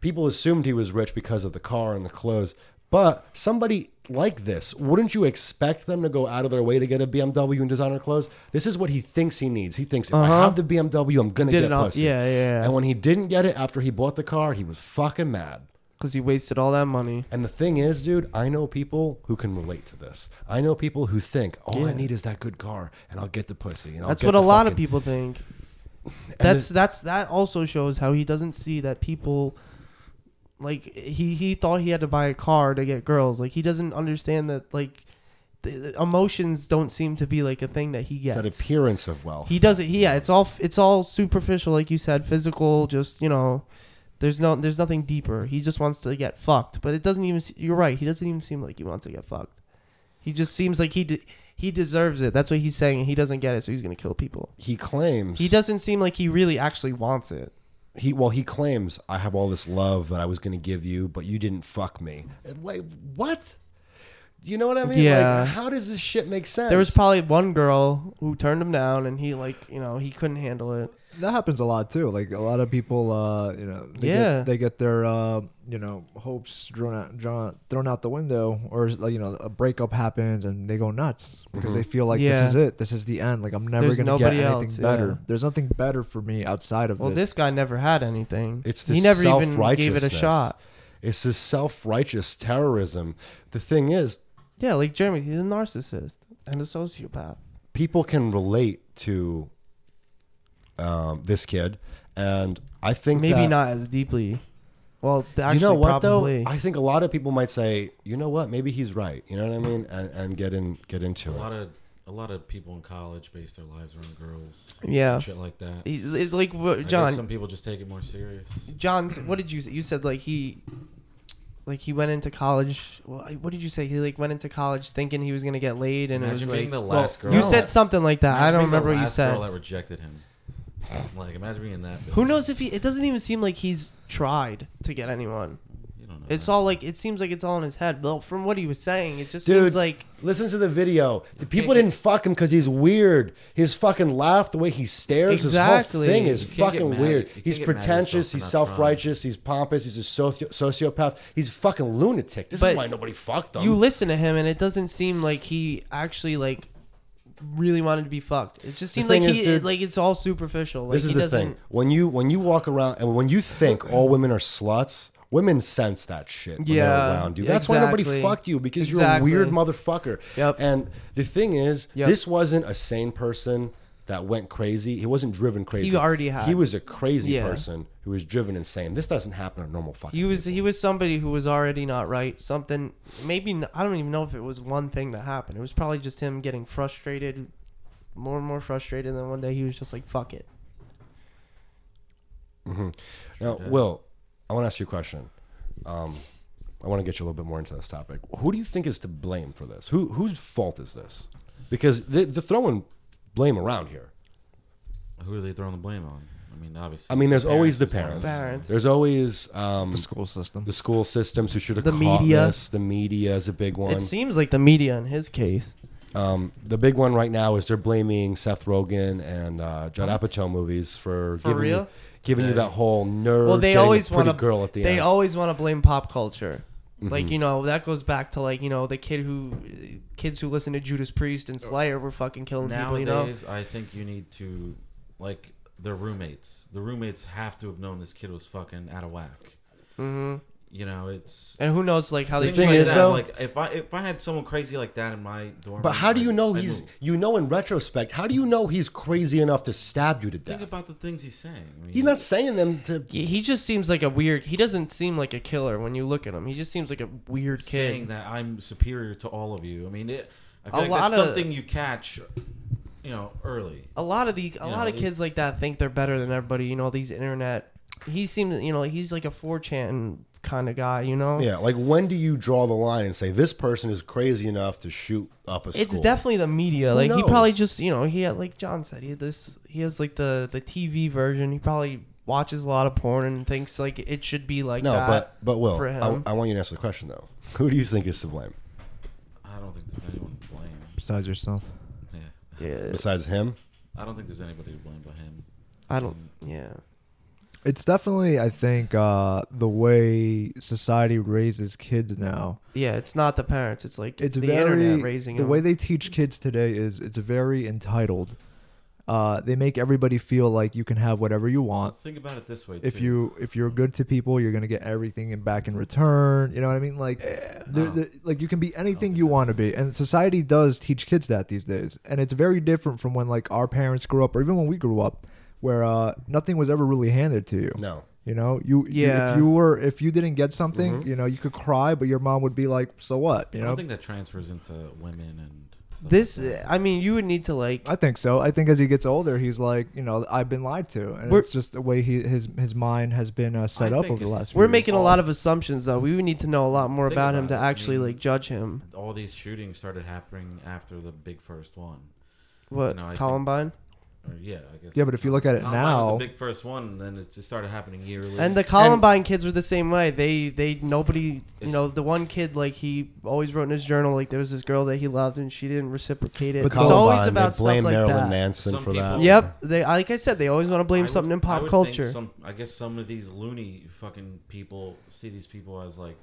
Speaker 2: People assumed he was rich because of the car and the clothes, But somebody like this, wouldn't you expect them to go out of their way to get a BMW in designer clothes? This is what he thinks he needs. He thinks if I have the BMW, I'm gonna
Speaker 3: Uh-huh. Did
Speaker 2: get
Speaker 3: it all-
Speaker 2: pussy.
Speaker 3: yeah, yeah, yeah.
Speaker 2: And when he didn't get it after he bought the car, he was fucking mad.
Speaker 3: Because you wasted all that money.
Speaker 2: And the thing is, dude, I know people who can relate to this. I know people who think all I
Speaker 3: Yeah.
Speaker 2: need is that good car, and I'll get the pussy. And I'll
Speaker 3: That's
Speaker 2: get
Speaker 3: what
Speaker 2: the
Speaker 3: a lot of
Speaker 2: fucking-
Speaker 3: people think.
Speaker 2: and
Speaker 3: That's that's that also shows how he doesn't see that people like he he thought he had to buy a car to get girls. Like he doesn't understand that like the, the emotions don't seem to be like a thing that he
Speaker 2: it's
Speaker 3: gets.
Speaker 2: that appearance of wealth.
Speaker 3: he doesn't. He, yeah, it's all it's all superficial, like you said, physical. Just you know, there's no there's nothing deeper. He just wants to get fucked, but it doesn't even. se- You're right. He doesn't even seem like he wants to get fucked. He just seems like he de- he deserves it. That's what he's saying. and He doesn't get it, so he's gonna kill people.
Speaker 2: he claims
Speaker 3: He doesn't seem like he really actually wants it.
Speaker 2: he well he claims I have all this love that I was going to give you, but you didn't fuck me. And Wait, what? You know what I mean?
Speaker 3: Yeah.
Speaker 2: Like, how does this shit make sense?
Speaker 3: There was probably one girl who turned him down, and he like you know he couldn't handle it.
Speaker 5: That happens a lot too. Like a lot of people, uh, you know, they
Speaker 3: Yeah.
Speaker 5: get, they get their uh, you know hopes thrown out, drawn, thrown out the window, or like, you know, a breakup happens and they go nuts because they feel like
Speaker 3: Mm-hmm. Yeah.
Speaker 5: this is it, this is the end. Like I'm never
Speaker 3: There's
Speaker 5: gonna get
Speaker 3: nobody
Speaker 5: anything
Speaker 3: else,
Speaker 5: better.
Speaker 3: yeah.
Speaker 5: There's nothing better for me outside of
Speaker 3: Well,
Speaker 5: this.
Speaker 3: this guy never had anything.
Speaker 2: It's this
Speaker 3: he never even gave it a
Speaker 2: self-righteousness.
Speaker 3: shot.
Speaker 2: It's this self-righteous terrorism. The thing is,
Speaker 3: Yeah, like Jeremy, he's a narcissist and a sociopath.
Speaker 2: people can relate to um, this kid, and I think
Speaker 3: Maybe
Speaker 2: that-
Speaker 3: not as deeply. Well, th- actually,
Speaker 2: you know what
Speaker 3: probably.
Speaker 2: though? I think a lot of people might say, you know what? Maybe he's right. You know what I mean? And, and get in, get into
Speaker 4: A lot
Speaker 2: it.
Speaker 4: of a lot of people in college base their lives around girls.
Speaker 3: Yeah.
Speaker 4: shit like that.
Speaker 3: He- it's like what-
Speaker 4: I guess some
Speaker 3: John.
Speaker 4: people just take it more serious.
Speaker 3: John, what did you say? You said like he, like he went into college. Well, I- What did you say? He like went into college thinking he was gonna get laid, and
Speaker 4: Imagine
Speaker 3: it was
Speaker 4: being the
Speaker 3: like
Speaker 4: last
Speaker 3: well,
Speaker 4: girl.
Speaker 3: You said something like that. I
Speaker 4: Imagine
Speaker 3: don't
Speaker 4: being the
Speaker 3: remember what you
Speaker 4: last
Speaker 3: said.
Speaker 4: Girl that rejected him. Like imagine being in that.
Speaker 3: Who
Speaker 4: building.
Speaker 3: knows if he? It doesn't even seem like he's tried to get anyone.
Speaker 4: You don't know.
Speaker 3: It's
Speaker 4: that.
Speaker 3: all like it seems like it's all in his head. Well, from what he was saying, it just
Speaker 2: Dude.
Speaker 3: seems like
Speaker 2: Listen to the video. The people
Speaker 3: can't get-
Speaker 2: didn't fuck him because he's weird. His fucking laugh, the way he stares,
Speaker 3: Exactly.
Speaker 2: his whole thing is
Speaker 4: You can't get
Speaker 2: fucking
Speaker 4: mad-
Speaker 2: weird.
Speaker 4: you can't
Speaker 2: He's
Speaker 4: get mad at yourself
Speaker 2: pretentious.
Speaker 4: for
Speaker 2: He's
Speaker 4: not
Speaker 2: self righteous. He's pompous. He's a soci- sociopath. He's a fucking lunatic. This
Speaker 3: But
Speaker 2: is why nobody fucked him.
Speaker 3: you listen to him and it doesn't seem like he actually like really wanted to be fucked. It just seemed like
Speaker 2: thing is,
Speaker 3: he
Speaker 2: dude,
Speaker 3: like it's all superficial. Like
Speaker 2: this is
Speaker 3: he
Speaker 2: the
Speaker 3: doesn't
Speaker 2: thing. When you when you walk around and when you think all women are sluts, women sense that shit when
Speaker 3: Yeah,
Speaker 2: they're around you. That's why nobody
Speaker 3: exactly.
Speaker 2: fucked you because
Speaker 3: Exactly.
Speaker 2: you're a weird motherfucker.
Speaker 3: Yep.
Speaker 2: And the thing is,
Speaker 3: Yep.
Speaker 2: this wasn't a sane person that went crazy. He wasn't driven crazy.
Speaker 3: already had-
Speaker 2: He was a crazy
Speaker 3: Yeah.
Speaker 2: person who was driven insane. This doesn't happen to normal fucking.
Speaker 3: he was he was somebody who was already not right. Something maybe n- I don't even know if it was one thing that happened. It was probably just him getting frustrated, more and more frustrated. And then one day he was just like, "Fuck it."
Speaker 2: Now, Will, I want to ask you a question. Um, I want to get you a little bit more into this topic. Who do you think is to blame for this? Who whose fault is this? Because they, they're throwing blame around here.
Speaker 4: Who are they throwing the blame on? I mean, obviously.
Speaker 2: I mean, there's always the
Speaker 4: is one
Speaker 2: parents.
Speaker 4: of those.
Speaker 3: Parents.
Speaker 2: There's always um,
Speaker 5: the
Speaker 2: the,
Speaker 5: school system.
Speaker 2: school systems who should have
Speaker 3: The
Speaker 2: caught
Speaker 3: media.
Speaker 2: this. The media is a big one.
Speaker 3: It seems like the media in his case.
Speaker 2: um, the big one right now is they're blaming Seth Rogen and uh, John Apatow movies for,
Speaker 3: For
Speaker 2: giving
Speaker 3: real?
Speaker 2: you, giving you that whole nerd.
Speaker 3: Well, they
Speaker 2: getting a
Speaker 3: always
Speaker 2: pretty
Speaker 3: want to.
Speaker 2: girl at the
Speaker 3: They
Speaker 2: end. Mm-hmm.
Speaker 3: always want to blame pop culture. Like you know that goes back to like you know the kid who, kids who listen to Judas Priest and Slayer were fucking killing people. You know.
Speaker 4: Nowadays, I think you need to like their roommates. The roommates have to have known this kid was fucking out of whack.
Speaker 3: hmm
Speaker 4: You know, it's.
Speaker 3: And who knows like how
Speaker 2: Mm-hmm. The
Speaker 4: things
Speaker 3: they
Speaker 2: thing
Speaker 4: like
Speaker 2: is,
Speaker 4: that,
Speaker 2: though-
Speaker 4: like if I if I had someone crazy like that in my dorm,
Speaker 2: But
Speaker 4: room,
Speaker 2: how do you
Speaker 4: I'd-
Speaker 2: know
Speaker 4: I'd
Speaker 2: he's?
Speaker 4: move.
Speaker 2: You know, in retrospect, how do you know he's crazy enough to stab you to
Speaker 4: Think
Speaker 2: death?
Speaker 4: about the things he's saying. I mean,
Speaker 2: He's not saying them to.
Speaker 3: He he just seems like a weird. He doesn't seem like a killer when you look at him. He just seems like a weird kid.
Speaker 4: saying that I'm superior to all of you. I mean, it, I feel
Speaker 3: A
Speaker 4: like
Speaker 3: lot
Speaker 4: that's
Speaker 3: of-
Speaker 4: something you catch, you know, early.
Speaker 3: a lot of the a
Speaker 4: You
Speaker 3: lot
Speaker 4: know,
Speaker 3: of kids like that think they're better than everybody. You know these internet. He seems you know he's like a 4chan kind of guy. You know.
Speaker 2: Yeah, like when do you draw the line and say this person is crazy enough to shoot up a school?
Speaker 3: It's definitely the media.
Speaker 2: Who
Speaker 3: like he probably
Speaker 2: knows?
Speaker 3: just you know he had like John said he had this he has like the the TV version. He probably watches a lot of porn and thinks like it should be like
Speaker 2: no,
Speaker 3: that.
Speaker 2: but but Will,
Speaker 3: for him.
Speaker 2: I, I want you to answer the question though. Who do you think is to blame
Speaker 4: I don't think there's anyone to blame.
Speaker 5: Besides yourself,
Speaker 4: Yeah,
Speaker 3: yeah,
Speaker 2: besides him?
Speaker 4: I don't think there's anybody to blame but him.
Speaker 3: I don't yeah.
Speaker 5: It's definitely, I think, uh, the way society raises kids now.
Speaker 3: Yeah, it's not the parents. It's like
Speaker 5: It's
Speaker 3: the
Speaker 5: very
Speaker 3: internet raising
Speaker 5: the
Speaker 3: them.
Speaker 5: way they teach kids today is it's very entitled. Uh, they make everybody feel like you can have whatever you want.
Speaker 4: Think about it this way.
Speaker 5: If
Speaker 4: too.
Speaker 5: you if you're good to people, you're gonna get everything and back in return. You know what I mean? Like, they're, they're- like you can be anything
Speaker 4: think
Speaker 5: you want to be, and society does teach kids that these days, and it's very different from when like our parents grew up, or even when we grew up, where uh, nothing was ever really handed to you.
Speaker 2: No.
Speaker 5: You know, you, you-
Speaker 3: Yeah. Mm-hmm.
Speaker 5: if you were if you didn't get something, you know, you could cry, but your mom would be like, "So what?" You
Speaker 4: I
Speaker 5: know.
Speaker 4: don't think that transfers into women and stuff
Speaker 3: this, uh,
Speaker 4: Like that.
Speaker 3: I mean, you would need to like.
Speaker 5: I think so. I think as he gets older, he's like, you know, I've been lied to, and
Speaker 3: We're-
Speaker 5: it's just the way he his his mind has been uh, set
Speaker 4: I
Speaker 5: up
Speaker 4: think
Speaker 5: over the
Speaker 4: it's-
Speaker 5: last. few
Speaker 3: We're
Speaker 5: years.
Speaker 3: making a lot of assumptions though. We would need to know a lot more
Speaker 4: Think
Speaker 3: about him to
Speaker 4: about it. I
Speaker 3: actually
Speaker 4: mean-
Speaker 3: like judge him.
Speaker 4: all these shootings started happening after the big first one.
Speaker 3: What
Speaker 4: know, I think-
Speaker 3: Columbine
Speaker 4: Or, yeah, I guess.
Speaker 5: Yeah, but if you look at it
Speaker 4: Columbine
Speaker 5: now-
Speaker 4: was the big first one, and then it just started happening yearly.
Speaker 3: and the Columbine kids were the same way. They they nobody you
Speaker 4: It's-
Speaker 3: know the one kid like he always wrote in his journal like there was this girl that he loved and she didn't reciprocate it.
Speaker 2: But
Speaker 3: it's always
Speaker 2: Columbine,
Speaker 3: about
Speaker 2: they blame
Speaker 3: stuff like
Speaker 2: Marilyn
Speaker 3: that.
Speaker 2: Manson
Speaker 4: Some
Speaker 2: for that.
Speaker 4: people-
Speaker 3: Yep, they like I said they always want to
Speaker 4: I
Speaker 3: blame
Speaker 4: would-
Speaker 3: something in
Speaker 4: I
Speaker 3: pop
Speaker 4: would think
Speaker 3: culture.
Speaker 4: Some, I guess some of these loony fucking people see these people as like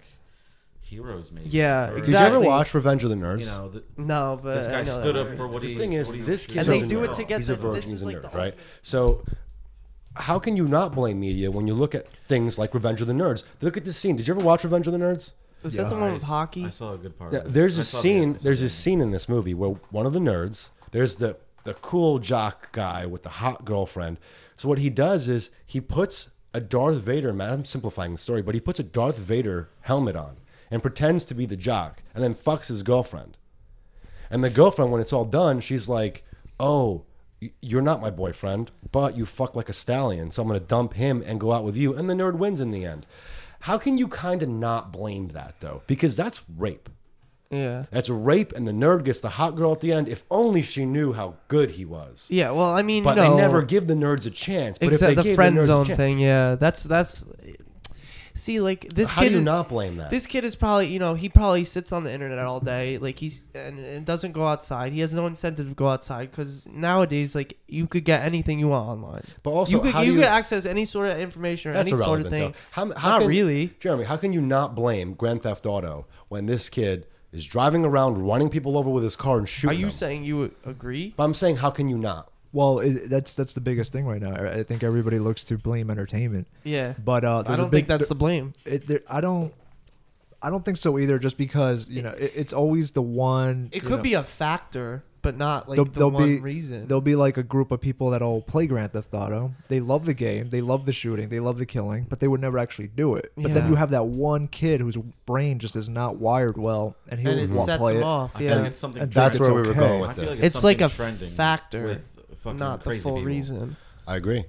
Speaker 4: heroes, maybe.
Speaker 3: Yeah,
Speaker 4: Or,
Speaker 2: Did you ever
Speaker 3: Exactly.
Speaker 2: watch Revenge of the Nerds?
Speaker 4: You know, th-
Speaker 3: no, but
Speaker 4: this guy
Speaker 3: I know
Speaker 4: stood
Speaker 3: that
Speaker 4: up
Speaker 3: word.
Speaker 4: for what
Speaker 2: the
Speaker 4: he.
Speaker 2: thing is,
Speaker 4: what he
Speaker 2: this
Speaker 4: was
Speaker 2: kid
Speaker 3: And they
Speaker 4: doing.
Speaker 3: do it
Speaker 4: Yeah.
Speaker 3: together.
Speaker 2: He's a
Speaker 3: This
Speaker 2: virgin.
Speaker 3: is
Speaker 2: He's a
Speaker 3: like the
Speaker 2: nerd, right? So, how can you not blame media when you look at things like Revenge of the Nerds? Look at this scene. Did you ever watch Revenge of the Nerds?
Speaker 3: Was that the
Speaker 4: I
Speaker 3: one with
Speaker 4: s-
Speaker 3: hockey?
Speaker 4: I saw a good part.
Speaker 2: Yeah,
Speaker 4: of it.
Speaker 2: there's
Speaker 4: I
Speaker 2: a
Speaker 4: saw the
Speaker 2: scene.
Speaker 4: episode.
Speaker 2: There's a scene in this movie where one of the nerds. There's the the cool jock guy with the hot girlfriend. So what he does is he puts a Darth Vader. ma- I'm simplifying the story, but he puts a Darth Vader helmet on and pretends to be the jock, and then fucks his girlfriend. And the girlfriend, when it's all done, she's like, "Oh." y- You're not my boyfriend, but you fuck like a stallion, so I'm gonna dump him and go out with you, and the nerd wins in the end. How can you kind of not blame that though? Because that's rape.
Speaker 3: yeah.
Speaker 2: That's rape, and the nerd gets the hot girl at the end. If only she knew how good he was.
Speaker 3: Yeah, well, I mean,
Speaker 2: But
Speaker 3: no.
Speaker 2: they never give the nerds a chance. But
Speaker 3: except
Speaker 2: if they
Speaker 3: the
Speaker 2: gave
Speaker 3: friend
Speaker 2: the nerds
Speaker 3: zone
Speaker 2: a chance,
Speaker 3: thing. Yeah, that's that's. See, like this
Speaker 2: how
Speaker 3: kid
Speaker 2: do you
Speaker 3: is,
Speaker 2: not blame that?
Speaker 3: This kid is probably, you know, he probably sits on the internet all day, like he's and, and doesn't go outside. He has no incentive to go outside because nowadays, like, you could get anything you want online.
Speaker 2: But also,
Speaker 3: you could
Speaker 2: how
Speaker 3: you,
Speaker 2: do you?
Speaker 3: could access any sort of information or
Speaker 2: that's
Speaker 3: any sort
Speaker 2: irrelevant
Speaker 3: of thing.
Speaker 2: though. How, how
Speaker 3: Not
Speaker 2: can-
Speaker 3: really.
Speaker 2: Jeremy. How can you not blame Grand Theft Auto when this kid is driving around, running people over with his car and
Speaker 3: Are
Speaker 2: shooting
Speaker 3: you
Speaker 2: them?
Speaker 3: saying you agree?
Speaker 2: but I'm saying, how can you not?
Speaker 5: Well, it, that's that's the biggest thing right now. I I think everybody looks to blame entertainment,
Speaker 3: Yeah,
Speaker 5: but uh,
Speaker 3: I
Speaker 5: there's a
Speaker 3: don't think
Speaker 5: big-
Speaker 3: that's the blame.
Speaker 5: It, there, I don't. I don't think so either. Just because you know, it, it's always the one.
Speaker 3: It
Speaker 5: you
Speaker 3: could
Speaker 5: know,
Speaker 3: be a factor, but not like
Speaker 5: There'll-
Speaker 3: the
Speaker 5: there'll
Speaker 3: one
Speaker 5: be-
Speaker 3: reason.
Speaker 5: There'll be like a group of people that'll play Grand Theft Auto. They love the game, they love the shooting, they love the killing, but they would never actually do it. But then
Speaker 3: Yeah.
Speaker 5: you have that one kid whose brain just is not wired well, and he
Speaker 3: and
Speaker 5: will
Speaker 3: it
Speaker 5: won't
Speaker 3: sets
Speaker 5: play
Speaker 3: them
Speaker 5: it.
Speaker 3: off.
Speaker 4: I feel like
Speaker 3: Yeah,
Speaker 4: it's something.
Speaker 5: And
Speaker 2: That's
Speaker 5: It's
Speaker 2: where we were
Speaker 5: okay.
Speaker 2: going
Speaker 4: I
Speaker 2: with
Speaker 4: feel
Speaker 2: this.
Speaker 4: like
Speaker 3: It's like
Speaker 4: something
Speaker 3: a
Speaker 4: trending
Speaker 3: factor,
Speaker 4: with fucking
Speaker 3: not the
Speaker 4: crazy
Speaker 3: full
Speaker 4: people.
Speaker 3: reason.
Speaker 2: I agree.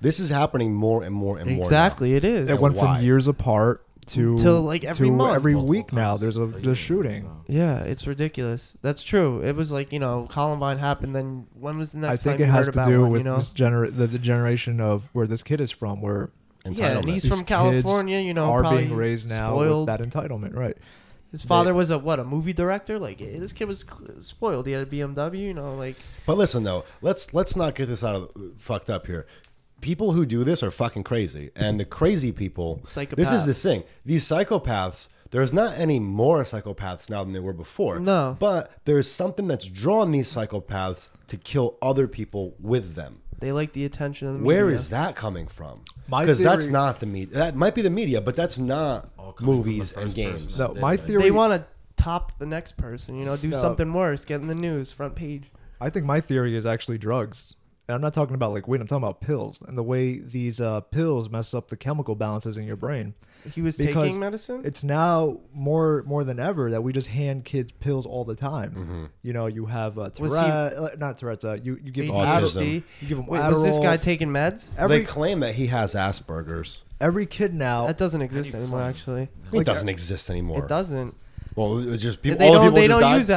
Speaker 2: This is happening more and more and more. now.
Speaker 3: Exactly, it is.
Speaker 5: It went
Speaker 2: Why?
Speaker 5: from years apart to
Speaker 3: To, like, every
Speaker 5: to
Speaker 3: month.
Speaker 5: every
Speaker 4: Multiple
Speaker 5: week now.
Speaker 4: times
Speaker 5: There's a,
Speaker 4: year,
Speaker 5: just shooting.
Speaker 4: so.
Speaker 3: Yeah, it's ridiculous. That's true. It was like you know Columbine happened. Then when was the
Speaker 5: I
Speaker 3: next
Speaker 5: think
Speaker 3: time
Speaker 5: it
Speaker 3: you
Speaker 5: has
Speaker 3: heard
Speaker 5: to
Speaker 3: about
Speaker 5: do
Speaker 3: one?
Speaker 5: with
Speaker 3: you know,
Speaker 5: this gener- the, the generation of where this kid is from, where
Speaker 3: yeah, and
Speaker 2: Entitlement.
Speaker 3: he's
Speaker 5: These
Speaker 3: from
Speaker 5: kids
Speaker 3: California. You know,
Speaker 5: are
Speaker 3: probably
Speaker 5: being raised now
Speaker 3: spoiled.
Speaker 5: with that entitlement, right?
Speaker 3: His father was a what a movie director. Like eh, this kid was cl- spoiled. He had a BMW. You know, like
Speaker 2: But listen though, let's let's not get this out of fucked up here. People who do this are fucking crazy, and the crazy people. This is the
Speaker 3: Psychopaths.
Speaker 2: thing. These psychopaths. There's not any more psychopaths now than there were before.
Speaker 3: No.
Speaker 2: But there's something that's drawn these psychopaths to kill other people with them.
Speaker 3: they like the attention. Of the
Speaker 2: Where
Speaker 3: media.
Speaker 2: is that coming from?
Speaker 5: My
Speaker 2: Because that's
Speaker 5: theory-
Speaker 2: not the media. That might be the media, but that's not
Speaker 4: All coming from the
Speaker 2: movies and
Speaker 4: first
Speaker 2: games.
Speaker 4: person.
Speaker 5: So
Speaker 4: They-
Speaker 5: my
Speaker 4: they-
Speaker 5: theory
Speaker 3: They want to top the next person. You know, do
Speaker 5: No.
Speaker 3: something worse. Get in the news front page.
Speaker 5: I think my theory is actually drugs. And I'm not talking about like weed. I'm talking about pills and the way these uh, pills mess up the chemical balances in your brain.
Speaker 3: He was
Speaker 5: Because
Speaker 3: taking medicine.
Speaker 5: It's now more more than ever that we just hand kids pills all the time.
Speaker 2: Mm-hmm.
Speaker 5: You know, you have uh,
Speaker 3: Was
Speaker 5: Tourette,
Speaker 3: he-
Speaker 5: uh, not Tourette's. Uh, you you give them
Speaker 2: Autism.
Speaker 5: Adderall, you give them
Speaker 3: Wait, was this
Speaker 5: Adderall.
Speaker 3: guy taking meds?
Speaker 2: they
Speaker 5: every
Speaker 2: claim that he has Asperger's.
Speaker 5: every kid now.
Speaker 3: That doesn't exist
Speaker 4: you
Speaker 3: anymore.
Speaker 4: claim?
Speaker 3: Actually,
Speaker 2: it doesn't exist anymore.
Speaker 3: it doesn't.
Speaker 2: Well, it just people.
Speaker 3: they
Speaker 2: all the
Speaker 3: don't,
Speaker 2: people
Speaker 3: they
Speaker 2: just
Speaker 3: don't
Speaker 2: died.
Speaker 3: use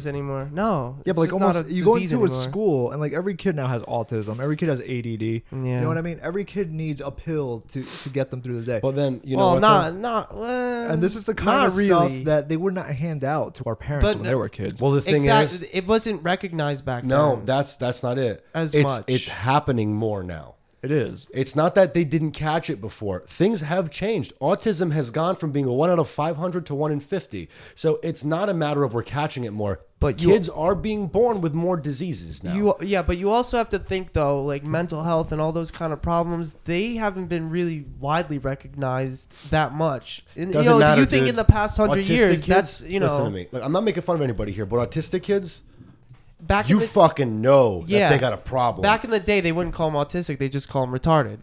Speaker 3: Asperger's anymore. No.
Speaker 5: yeah,
Speaker 3: it's
Speaker 5: but like
Speaker 3: just not
Speaker 5: almost
Speaker 3: a
Speaker 5: you go
Speaker 3: disease
Speaker 5: into a
Speaker 3: anymore.
Speaker 5: school and like every kid now has autism. Every kid has ADD. You
Speaker 3: Yeah.
Speaker 5: know what I mean? Every kid needs a pill to to get them through the day.
Speaker 2: But then you know,
Speaker 3: Well,
Speaker 2: what, though?
Speaker 3: not not. Well,
Speaker 5: and this is the kind
Speaker 3: uh, not
Speaker 5: of
Speaker 3: really.
Speaker 5: stuff that they would not hand out to our parents
Speaker 3: But
Speaker 5: when
Speaker 3: the-
Speaker 5: they were kids.
Speaker 2: Well, the thing
Speaker 3: exactly.
Speaker 2: is,
Speaker 3: It wasn't recognized back
Speaker 2: no,
Speaker 3: then.
Speaker 2: that's that's not it.
Speaker 3: As
Speaker 2: it's
Speaker 3: much.
Speaker 2: it's happening more now.
Speaker 5: It is.
Speaker 2: It's not that they didn't catch it before. Things have changed. Autism has gone from being a 1 out of 500 to 1 in 50. So it's not a matter of we're catching it more. But
Speaker 3: But you-
Speaker 2: kids are being born with more diseases now.
Speaker 3: You yeah, but you also have to think though, like mental health and all those kind of problems, they haven't been really widely recognized that much. And, you
Speaker 2: Doesn't
Speaker 3: know,
Speaker 2: matter,
Speaker 3: you think
Speaker 2: dude.
Speaker 3: in the past hundred
Speaker 2: Autistic
Speaker 3: years,
Speaker 2: kids,
Speaker 3: that's you know,
Speaker 2: Listen to me. Like, I'm not making fun of anybody here, but autistic kids,
Speaker 3: back
Speaker 2: you
Speaker 3: in the,
Speaker 2: fucking know
Speaker 3: Yeah.
Speaker 2: that they got a problem.
Speaker 3: back in the day, they wouldn't call them autistic; they just call them retarded.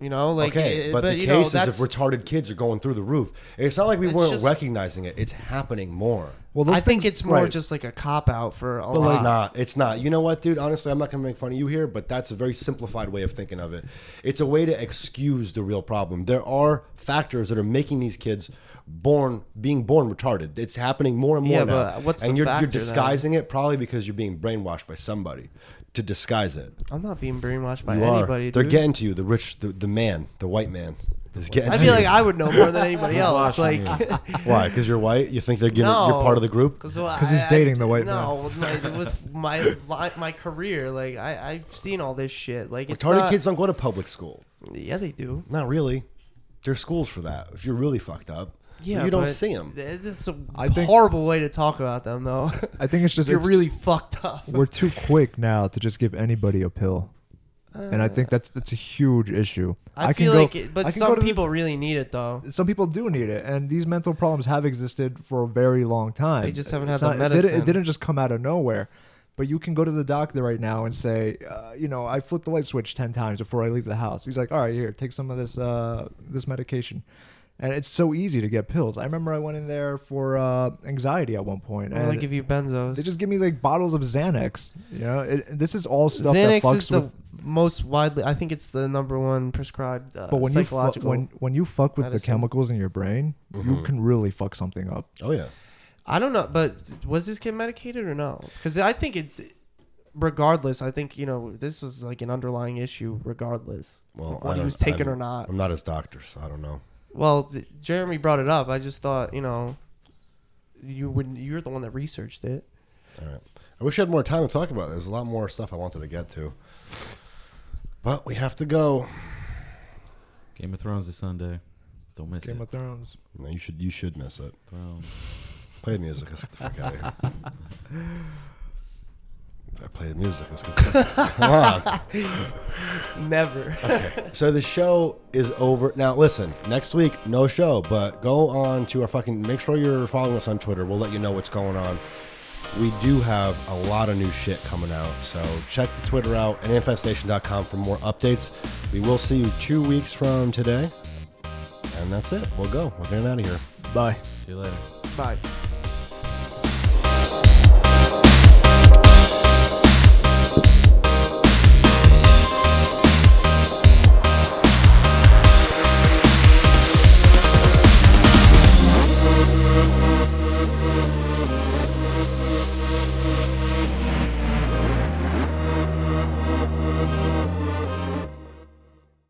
Speaker 3: You know, like
Speaker 2: okay,
Speaker 3: it-
Speaker 2: but, the
Speaker 3: you know,
Speaker 2: cases of
Speaker 3: that's-
Speaker 2: retarded kids are going through the roof. It's not like we
Speaker 3: It's
Speaker 2: weren't
Speaker 3: just-
Speaker 2: recognizing it. It's happening more.
Speaker 5: Well,
Speaker 3: I
Speaker 5: those
Speaker 3: think
Speaker 5: things-
Speaker 3: it's more
Speaker 5: right.
Speaker 3: just like a cop out for a
Speaker 2: It's
Speaker 3: lot.
Speaker 2: not. It's not. You know what, dude? Honestly, I'm not going to make fun of you here, but that's a very simplified way of thinking of it. It's a way to excuse the real problem. There are factors that are making these kids born being born retarded. It's happening more and more
Speaker 3: Yeah,
Speaker 2: now.
Speaker 3: but what's
Speaker 2: and
Speaker 3: the
Speaker 2: you're,
Speaker 3: factor
Speaker 2: you're
Speaker 3: then?
Speaker 2: disguising it probably because you're being brainwashed by somebody to disguise it.
Speaker 3: I'm not being brainwashed by
Speaker 2: you
Speaker 3: anybody.
Speaker 2: are. They're
Speaker 3: dude.
Speaker 2: getting to you. The rich, the, the man, the white man is getting
Speaker 3: I
Speaker 2: to
Speaker 3: feel
Speaker 2: you.
Speaker 3: like I would know more than anybody else.
Speaker 4: Brainwashing
Speaker 3: Like,
Speaker 2: Why? Because you're white? You think they're getting, you're part of the group?
Speaker 3: Because
Speaker 5: he's dating the white
Speaker 3: no, with my, with my li- my career, like I I've seen all this shit. Like it's
Speaker 2: Retarded
Speaker 3: not,
Speaker 2: kids don't go to public school.
Speaker 3: Yeah, they do.
Speaker 2: Not really. There's schools for that. If you're really fucked up,
Speaker 3: Yeah,
Speaker 2: yeah, you don't
Speaker 3: but
Speaker 2: see them.
Speaker 3: th- This is a
Speaker 5: I think-
Speaker 3: horrible way to talk about them, though.
Speaker 5: I think it's just
Speaker 3: You're
Speaker 5: it's-
Speaker 3: really fucked up.
Speaker 5: we're too quick now to just give anybody a pill, and I think that's that's a huge issue.
Speaker 3: Uh, I,
Speaker 5: can
Speaker 3: feel
Speaker 5: go-
Speaker 3: like, it, but
Speaker 5: I can go
Speaker 3: some
Speaker 5: to the-
Speaker 3: people really need it though.
Speaker 5: some people do need it, and these mental problems have existed for a very long time.
Speaker 3: They just haven't
Speaker 5: It's
Speaker 3: had the
Speaker 5: It didn't, it
Speaker 3: medicine.
Speaker 5: didn't just come out of nowhere. But you can go to the doctor right now and say, uh, you know, I flipped the light switch ten times before I leave the house. He's like, all right, here, take some of this uh, this medication. And it's so easy to get pills. I remember I went in there for uh, anxiety at one point,
Speaker 3: Or
Speaker 5: and
Speaker 3: they give you benzos.
Speaker 5: they just give me like bottles of Xanax. You know, it, this is all stuff that
Speaker 3: Xanax
Speaker 5: fucks
Speaker 3: is the
Speaker 5: with.
Speaker 3: most widely. I think it's the number one prescribed. Uh,
Speaker 5: But when you fu-
Speaker 3: psychological.
Speaker 5: when when you fuck with the
Speaker 3: medicine. Mm-hmm.
Speaker 5: chemicals in your brain, you can really fuck something up.
Speaker 2: Oh yeah.
Speaker 3: I don't know, but was this kid medicated or no? Because I think it, regardless, I think you know this was like an underlying issue, regardless
Speaker 2: Well, I
Speaker 3: what he
Speaker 2: don't-
Speaker 3: was taking
Speaker 2: I'm-
Speaker 3: or not.
Speaker 2: I'm not his doctor, so I don't know.
Speaker 3: Well, th- Jeremy brought it up. I just thought you know, you would you're the one that researched it.
Speaker 2: All right. I wish I had more time to talk about. It. There's a lot more stuff I wanted to get to, but we have to go.
Speaker 4: Game of Thrones this Sunday. Don't miss
Speaker 5: Game
Speaker 4: it.
Speaker 5: of Thrones.
Speaker 2: No, you should. You should miss it.
Speaker 4: Thrones.
Speaker 2: Play the music. Let's get the fuck out of here. I play the music. Let's get the come on.
Speaker 3: Never.
Speaker 2: So the show is over. Now listen, next week no show, but go on to our fucking make sure you're following us on Twitter. We'll let you know what's going on. We do have a lot of new shit coming out, so check the Twitter out and infestation.com for more updates. We will see you two weeks from today. And that's it. We'll go. We're getting out of here.
Speaker 5: Bye.
Speaker 4: See you later.
Speaker 3: Bye.